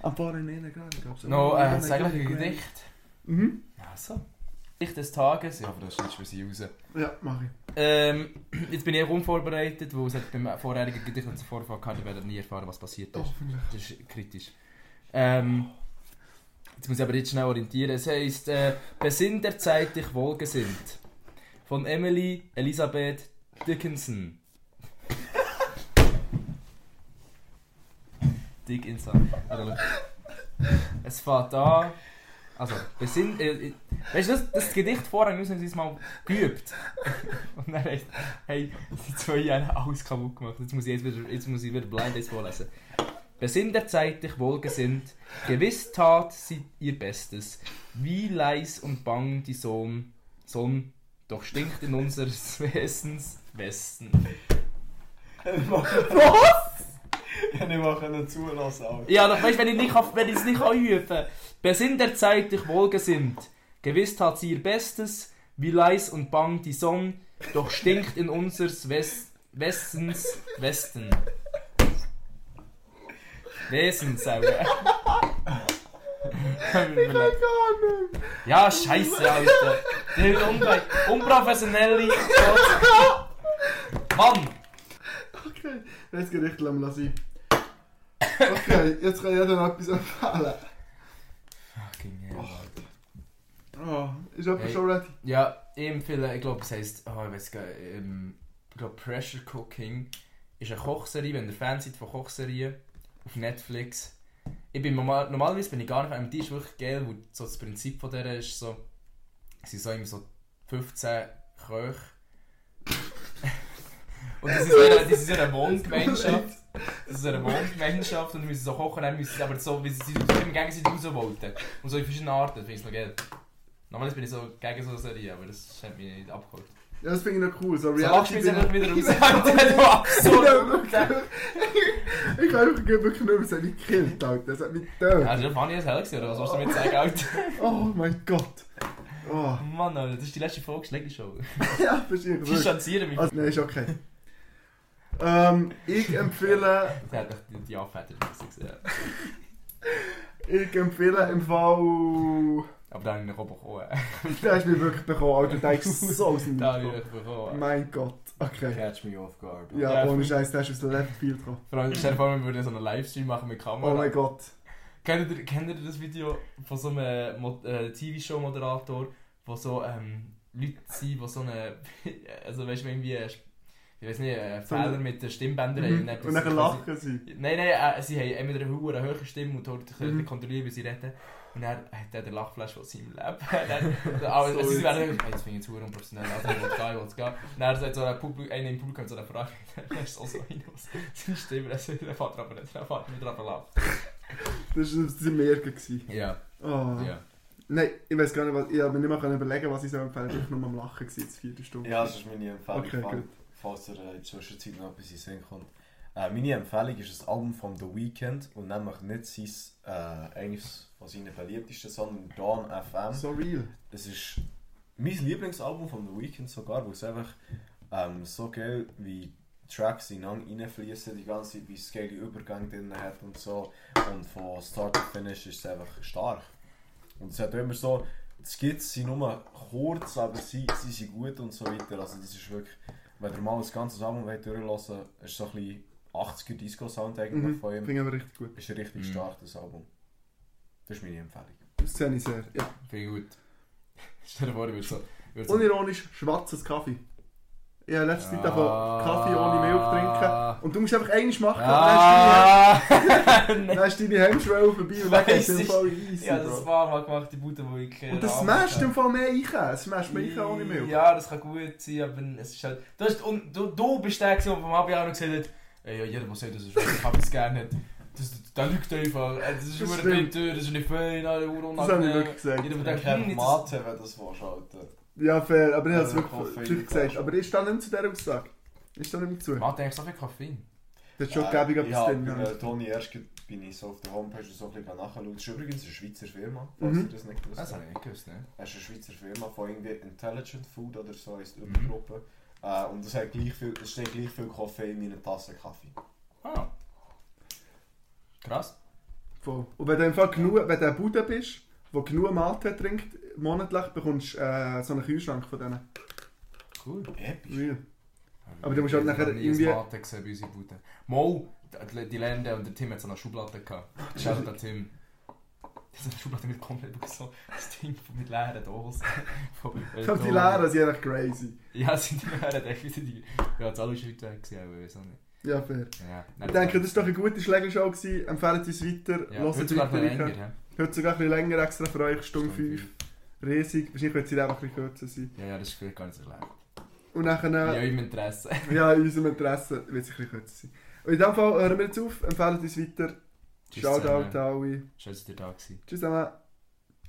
Speaker 5: I'm falling in and out, glaubst
Speaker 6: No, äh, das ist eigentlich ein Gedicht.
Speaker 5: Mhm.
Speaker 6: Ach so. Gedicht des Tages. Ja, aber das schneidest du für sie raus.
Speaker 5: Ja, mach ich.
Speaker 6: Ähm, jetzt bin ich eher unvorbereitet, weil es hat beim vorherigen Gedicht einen Vorfall gehabt, ich werde nie erfahren, was passiert ist.
Speaker 5: Hoffentlich.
Speaker 6: Das ist kritisch. Ähm, jetzt muss ich aber jetzt schnell orientieren. Es heisst, äh, Besinn der Zeit dich wohlgesinnt. Von Emily Elisabeth Dickinson. Dickinson. Also, Es fängt an. Also, Besinn. Äh, äh, weißt du, das, das Gedicht vorher müssen wir uns mal geübt. Und dann heisst, hey, die zwei Jahre alles kaputt gemacht. Jetzt muss ich, jetzt wieder, jetzt muss ich wieder Blind Dates vorlesen. Besinn der Zeit dich wohlgesinnt, gewiss tat sie ihr Bestes, wie leis und bang die Sohn, Sonn, doch stinkt in unseres Wesens Westen.
Speaker 7: Was? Und ich mache einen Zulass auch.
Speaker 6: Ja, doch weißt, wenn ich nicht, kann- wenn ich es nicht anhüfen kann. Besinn der Zeit dich wohlgesinnt, gewiss tat sie ihr Bestes, wie leis und bang die Sonn, doch stinkt in unseres Wes Westens Westen. Wesens, auch. Ja, scheiße, Alter. Der unbe unprofessionelle Gott. Mann!
Speaker 5: Okay, das Gericht lassen wir sein. Okay, jetzt kann jeder noch etwas empfehlen. Oh, ist jemand
Speaker 6: Hey.
Speaker 5: schon ready?
Speaker 6: Ja, ich empfehle, ich glaube, es heisst, oh, ich weiß gar nicht, ähm, ich glaube, Pressure Cooking ist eine Kochserie, wenn ihr Fan seid von Kochserien, auf Netflix. Ich bin normal, normalerweise bin ich gar nicht, aber die ist wirklich geil, weil so das Prinzip von der ist so, es sind so immer so 15 Köche. Und das ist so eine, das ist so eine Wohngemeinschaft. Das ist so eine Wohngemeinschaft und wir müssen so kochen, dann müssen sie aber so, wie sie sich im Gegensatz rauswollten. Und so in verschiedenen Arten, das finde ich noch geil. Normalerweise bin ich so gegen so eine Serie, aber das hat mich nicht abgeholt.
Speaker 5: Ja, das finde ich noch cool. So
Speaker 6: So lachst du
Speaker 5: reality
Speaker 6: mich einfach wieder raus. Alter, du
Speaker 5: Ich
Speaker 6: absolut.
Speaker 5: kann einfach wirklich nicht mehr, das hat mich gekillt, Alter. Das hat mich getötet.
Speaker 6: Also, das war nicht das Hell, gewesen, oder was willst du damit sagen, Alter?
Speaker 5: Oh mein Gott. Oh,
Speaker 6: Mann, Alter, das ist die letzte Folge, schlägt die Show.
Speaker 5: ja, verstehe
Speaker 6: Die
Speaker 5: ich.
Speaker 6: schanzieren mich.
Speaker 5: Also, nein, ist okay. Ähm, ich empfehle...
Speaker 6: Der hat doch die- die Anfäder gesehen.
Speaker 5: Ich empfehle im Fall...
Speaker 6: Aber dann habe ich noch bekommen.
Speaker 5: Den hast du mir wirklich bekommen, Alter. Der ist so aus dem
Speaker 6: Den habe ich
Speaker 5: Mikro.
Speaker 6: wirklich bekommen.
Speaker 5: Mein Gott. Okay.
Speaker 7: Catch me off guard.
Speaker 5: Ja, Oh,
Speaker 6: Ja,
Speaker 5: ohne
Speaker 6: voll.
Speaker 5: Scheiß, der ist aus dem Left Field gekommen.
Speaker 6: Vor allem, stell dir vor, wir würden so einen Livestream machen mit Kamera.
Speaker 5: Oh mein Gott.
Speaker 6: Kennt ihr, kennt ihr das Video von so einem Mo- äh, TV-Show-Moderator, wo so ähm, Leute sind, die so eine. Also, weißt du, irgendwie. äh, ich weiß nicht, äh,
Speaker 5: So
Speaker 6: Fehler
Speaker 5: ein-
Speaker 6: mit den Stimmbändern haben.
Speaker 5: Mhm.
Speaker 6: etwas-
Speaker 5: Und dann lachen sie.
Speaker 6: Nein, nein, äh, sie haben entweder eine hohe, hohe Stimme und dort
Speaker 5: Mhm.
Speaker 6: mhm. kontrollieren, wie sie reden. Und dann hat er den Lachflash von seinem Leben. Dann- Aber
Speaker 5: So
Speaker 6: also, sie
Speaker 5: ist
Speaker 6: werden hey, jetzt finde ich zu unprofessionell, also ich will gehen, ich will gehen. Und dann hat so ein Publikum, einer im Publikum so eine Frage, der ist auch so hin aus seiner Stimme, er sagt, der Vater aber nicht, der Vater nicht aber lacht.
Speaker 5: Das war das Merken. gewesen.
Speaker 6: Ja,
Speaker 5: Oh.
Speaker 6: ja.
Speaker 5: Nein, ich weiß gar nicht, was. Ich habe mir nicht mehr können überlegen, was ich so empfehlen soll. Ich war nur am Lachen, gewesen, jetzt vierte Stunde.
Speaker 7: Ja, das ist meine Empfehlung,
Speaker 5: Okay,
Speaker 7: falls-
Speaker 5: gut.
Speaker 7: falls ihr äh, in der Zwischenzeit noch etwas in den Sinn kommt. Äh, meine Empfehlung ist das Album von The Weeknd und nämlich nicht sein, äh, eines von seinen beliebtesten, sondern Dawn FM.
Speaker 5: So real.
Speaker 7: Es ist mein Lieblingsalbum von The Weeknd sogar, weil es einfach ähm, so geil wie Tracks ineinander reinfließen, die ganze Zeit, wie es geile Übergänge drin hat und so. Und von Start to Finish ist es einfach stark. Und es hat immer so, die Skits sind nur kurz, aber sie, sie sind gut und so weiter. Also das ist wirklich, wenn ihr mal das ganze Album wollt durchlassen wollt, ist so ein bisschen 80er Disco-Sound eigentlich
Speaker 5: Mhm.
Speaker 6: Ähm.
Speaker 7: von ihm.
Speaker 5: Finde ich richtig gut.
Speaker 7: Ist richtig
Speaker 6: Mhm.
Speaker 7: stark, das Album. Das ist meine Empfehlung.
Speaker 5: Das sehe ich sehr. Ja.
Speaker 6: Finde ich gut. Stell dir vor, ich würde so... ich würde so-
Speaker 5: Unironisch schwarzes Kaffee. Ich habe letzte Zeit
Speaker 6: Ja.
Speaker 5: davon Kaffee ohne Milch trinken. Und du musst einfach eins machen,
Speaker 6: Ah!
Speaker 5: dann hast du deine Hemmschwelle vorbei und dann ist
Speaker 6: Weiss
Speaker 5: es im
Speaker 6: ich.
Speaker 5: Fall easy.
Speaker 6: Ja, das
Speaker 5: Bro.
Speaker 6: war mal gemacht, die Bude, wo ich... äh,
Speaker 5: Und das
Speaker 6: Rahmen
Speaker 5: smasht
Speaker 6: hatte.
Speaker 5: im Fall mehr eichen. Es smasht mehr eichen ohne Milch.
Speaker 6: Ja, das kann gut sein, aber es ist halt. Du, hast, und du, du bist der, gewesen, der vom Abi auch noch gesagt hat, ey, ja, dus jeder, der sagt, dass er Kaffee gerne hat, das, der lügt einfach. Äh, Das ist
Speaker 5: Das
Speaker 6: nur eine
Speaker 5: stimmt.
Speaker 6: Bitte, das ist nicht fein, alle Uhr
Speaker 5: Das habe ich wirklich gesagt.
Speaker 6: Jeder, der
Speaker 7: Ich
Speaker 6: denkt,
Speaker 7: habe
Speaker 6: hm, jetzt.
Speaker 7: Mate, wenn du das willst, Alter.
Speaker 5: Ja, fair, aber ich habe es
Speaker 7: Ja,
Speaker 5: wirklich
Speaker 7: Koffein
Speaker 5: vielleicht
Speaker 7: ist
Speaker 5: gesagt.
Speaker 7: schon.
Speaker 5: Aber ich stehe nicht zu dieser Aussage. Ich stehe nicht mehr zu.
Speaker 6: Macht eigentlich so viel Koffein.
Speaker 5: Das ist schon gäbig
Speaker 7: äh,
Speaker 5: etwas
Speaker 7: ja,
Speaker 5: drin. ja.
Speaker 7: bei, äh, Toni Erst bin ich so auf der Homepage so ein bisschen nachschauen. Das ist übrigens eine Schweizer Firma, falls
Speaker 5: Mhm.
Speaker 7: ihr das nicht gewusst
Speaker 6: Das
Speaker 7: habt.
Speaker 6: habe ich nicht gewusst, ne?
Speaker 7: Es ist eine Schweizer Firma von irgendwie Intelligent Food oder so heißt die
Speaker 6: Mhm.
Speaker 7: Übergruppe. Äh, und es, hat gleich viel, es steht gleich viel Koffein in meiner Tasse Kaffee.
Speaker 6: Ah. Krass.
Speaker 5: Voll. Und wenn du im Fall genug, wenn du ein Bude bist, der genug Mate trinkt, monatlich bekommst du äh, so einen Kühlschrank von denen.
Speaker 6: Cool.
Speaker 7: Episch.
Speaker 5: Real. Aber du musst halt
Speaker 6: Ich hab
Speaker 5: nachher
Speaker 6: noch nie ein
Speaker 5: irgendwie-
Speaker 6: Mate gesehen bei uns in Bude. Mo, die- die Lende und der Tim hat so eine Schublade gehabt. Schaut der Tim. Das ist eine Schublade mit komplett so das Ding von mit leeren Dosen. Von- äh,
Speaker 5: Ich glaube, die Lehrer sind echt crazy.
Speaker 6: Ja, es sind die leeren Dosen. die- Ja, das alle ist heute weg gewesen, aber ich weiß auch nicht.
Speaker 5: Ja, fair.
Speaker 6: Ja,
Speaker 5: Ich denke, das war doch eine gute Schlägershow. gewesen. Empfehlt uns weiter. Hört
Speaker 6: Ja, heute
Speaker 5: uns
Speaker 6: sogar noch
Speaker 5: weiter
Speaker 6: länger,
Speaker 5: rein.
Speaker 6: ja.
Speaker 5: Heute sogar ein bisschen länger extra für euch, Stunde
Speaker 6: Stunde
Speaker 5: 5. Riesig. Wahrscheinlich wird es einfach ein bisschen kürzer sein.
Speaker 6: Ja, ja, das ist vielleicht gar nicht so schlecht.
Speaker 5: Und nachher...
Speaker 6: In eurem Interesse.
Speaker 5: Ja, in unserem Interesse wird es ein bisschen kürzer sein. Und in dem Fall hören wir jetzt auf, empfehlen uns weiter.
Speaker 6: Tschüss
Speaker 5: Shoutout an
Speaker 6: zusammen.
Speaker 5: alle.
Speaker 6: Schön, dass ihr da gewesen.
Speaker 5: Tschüss zusammen.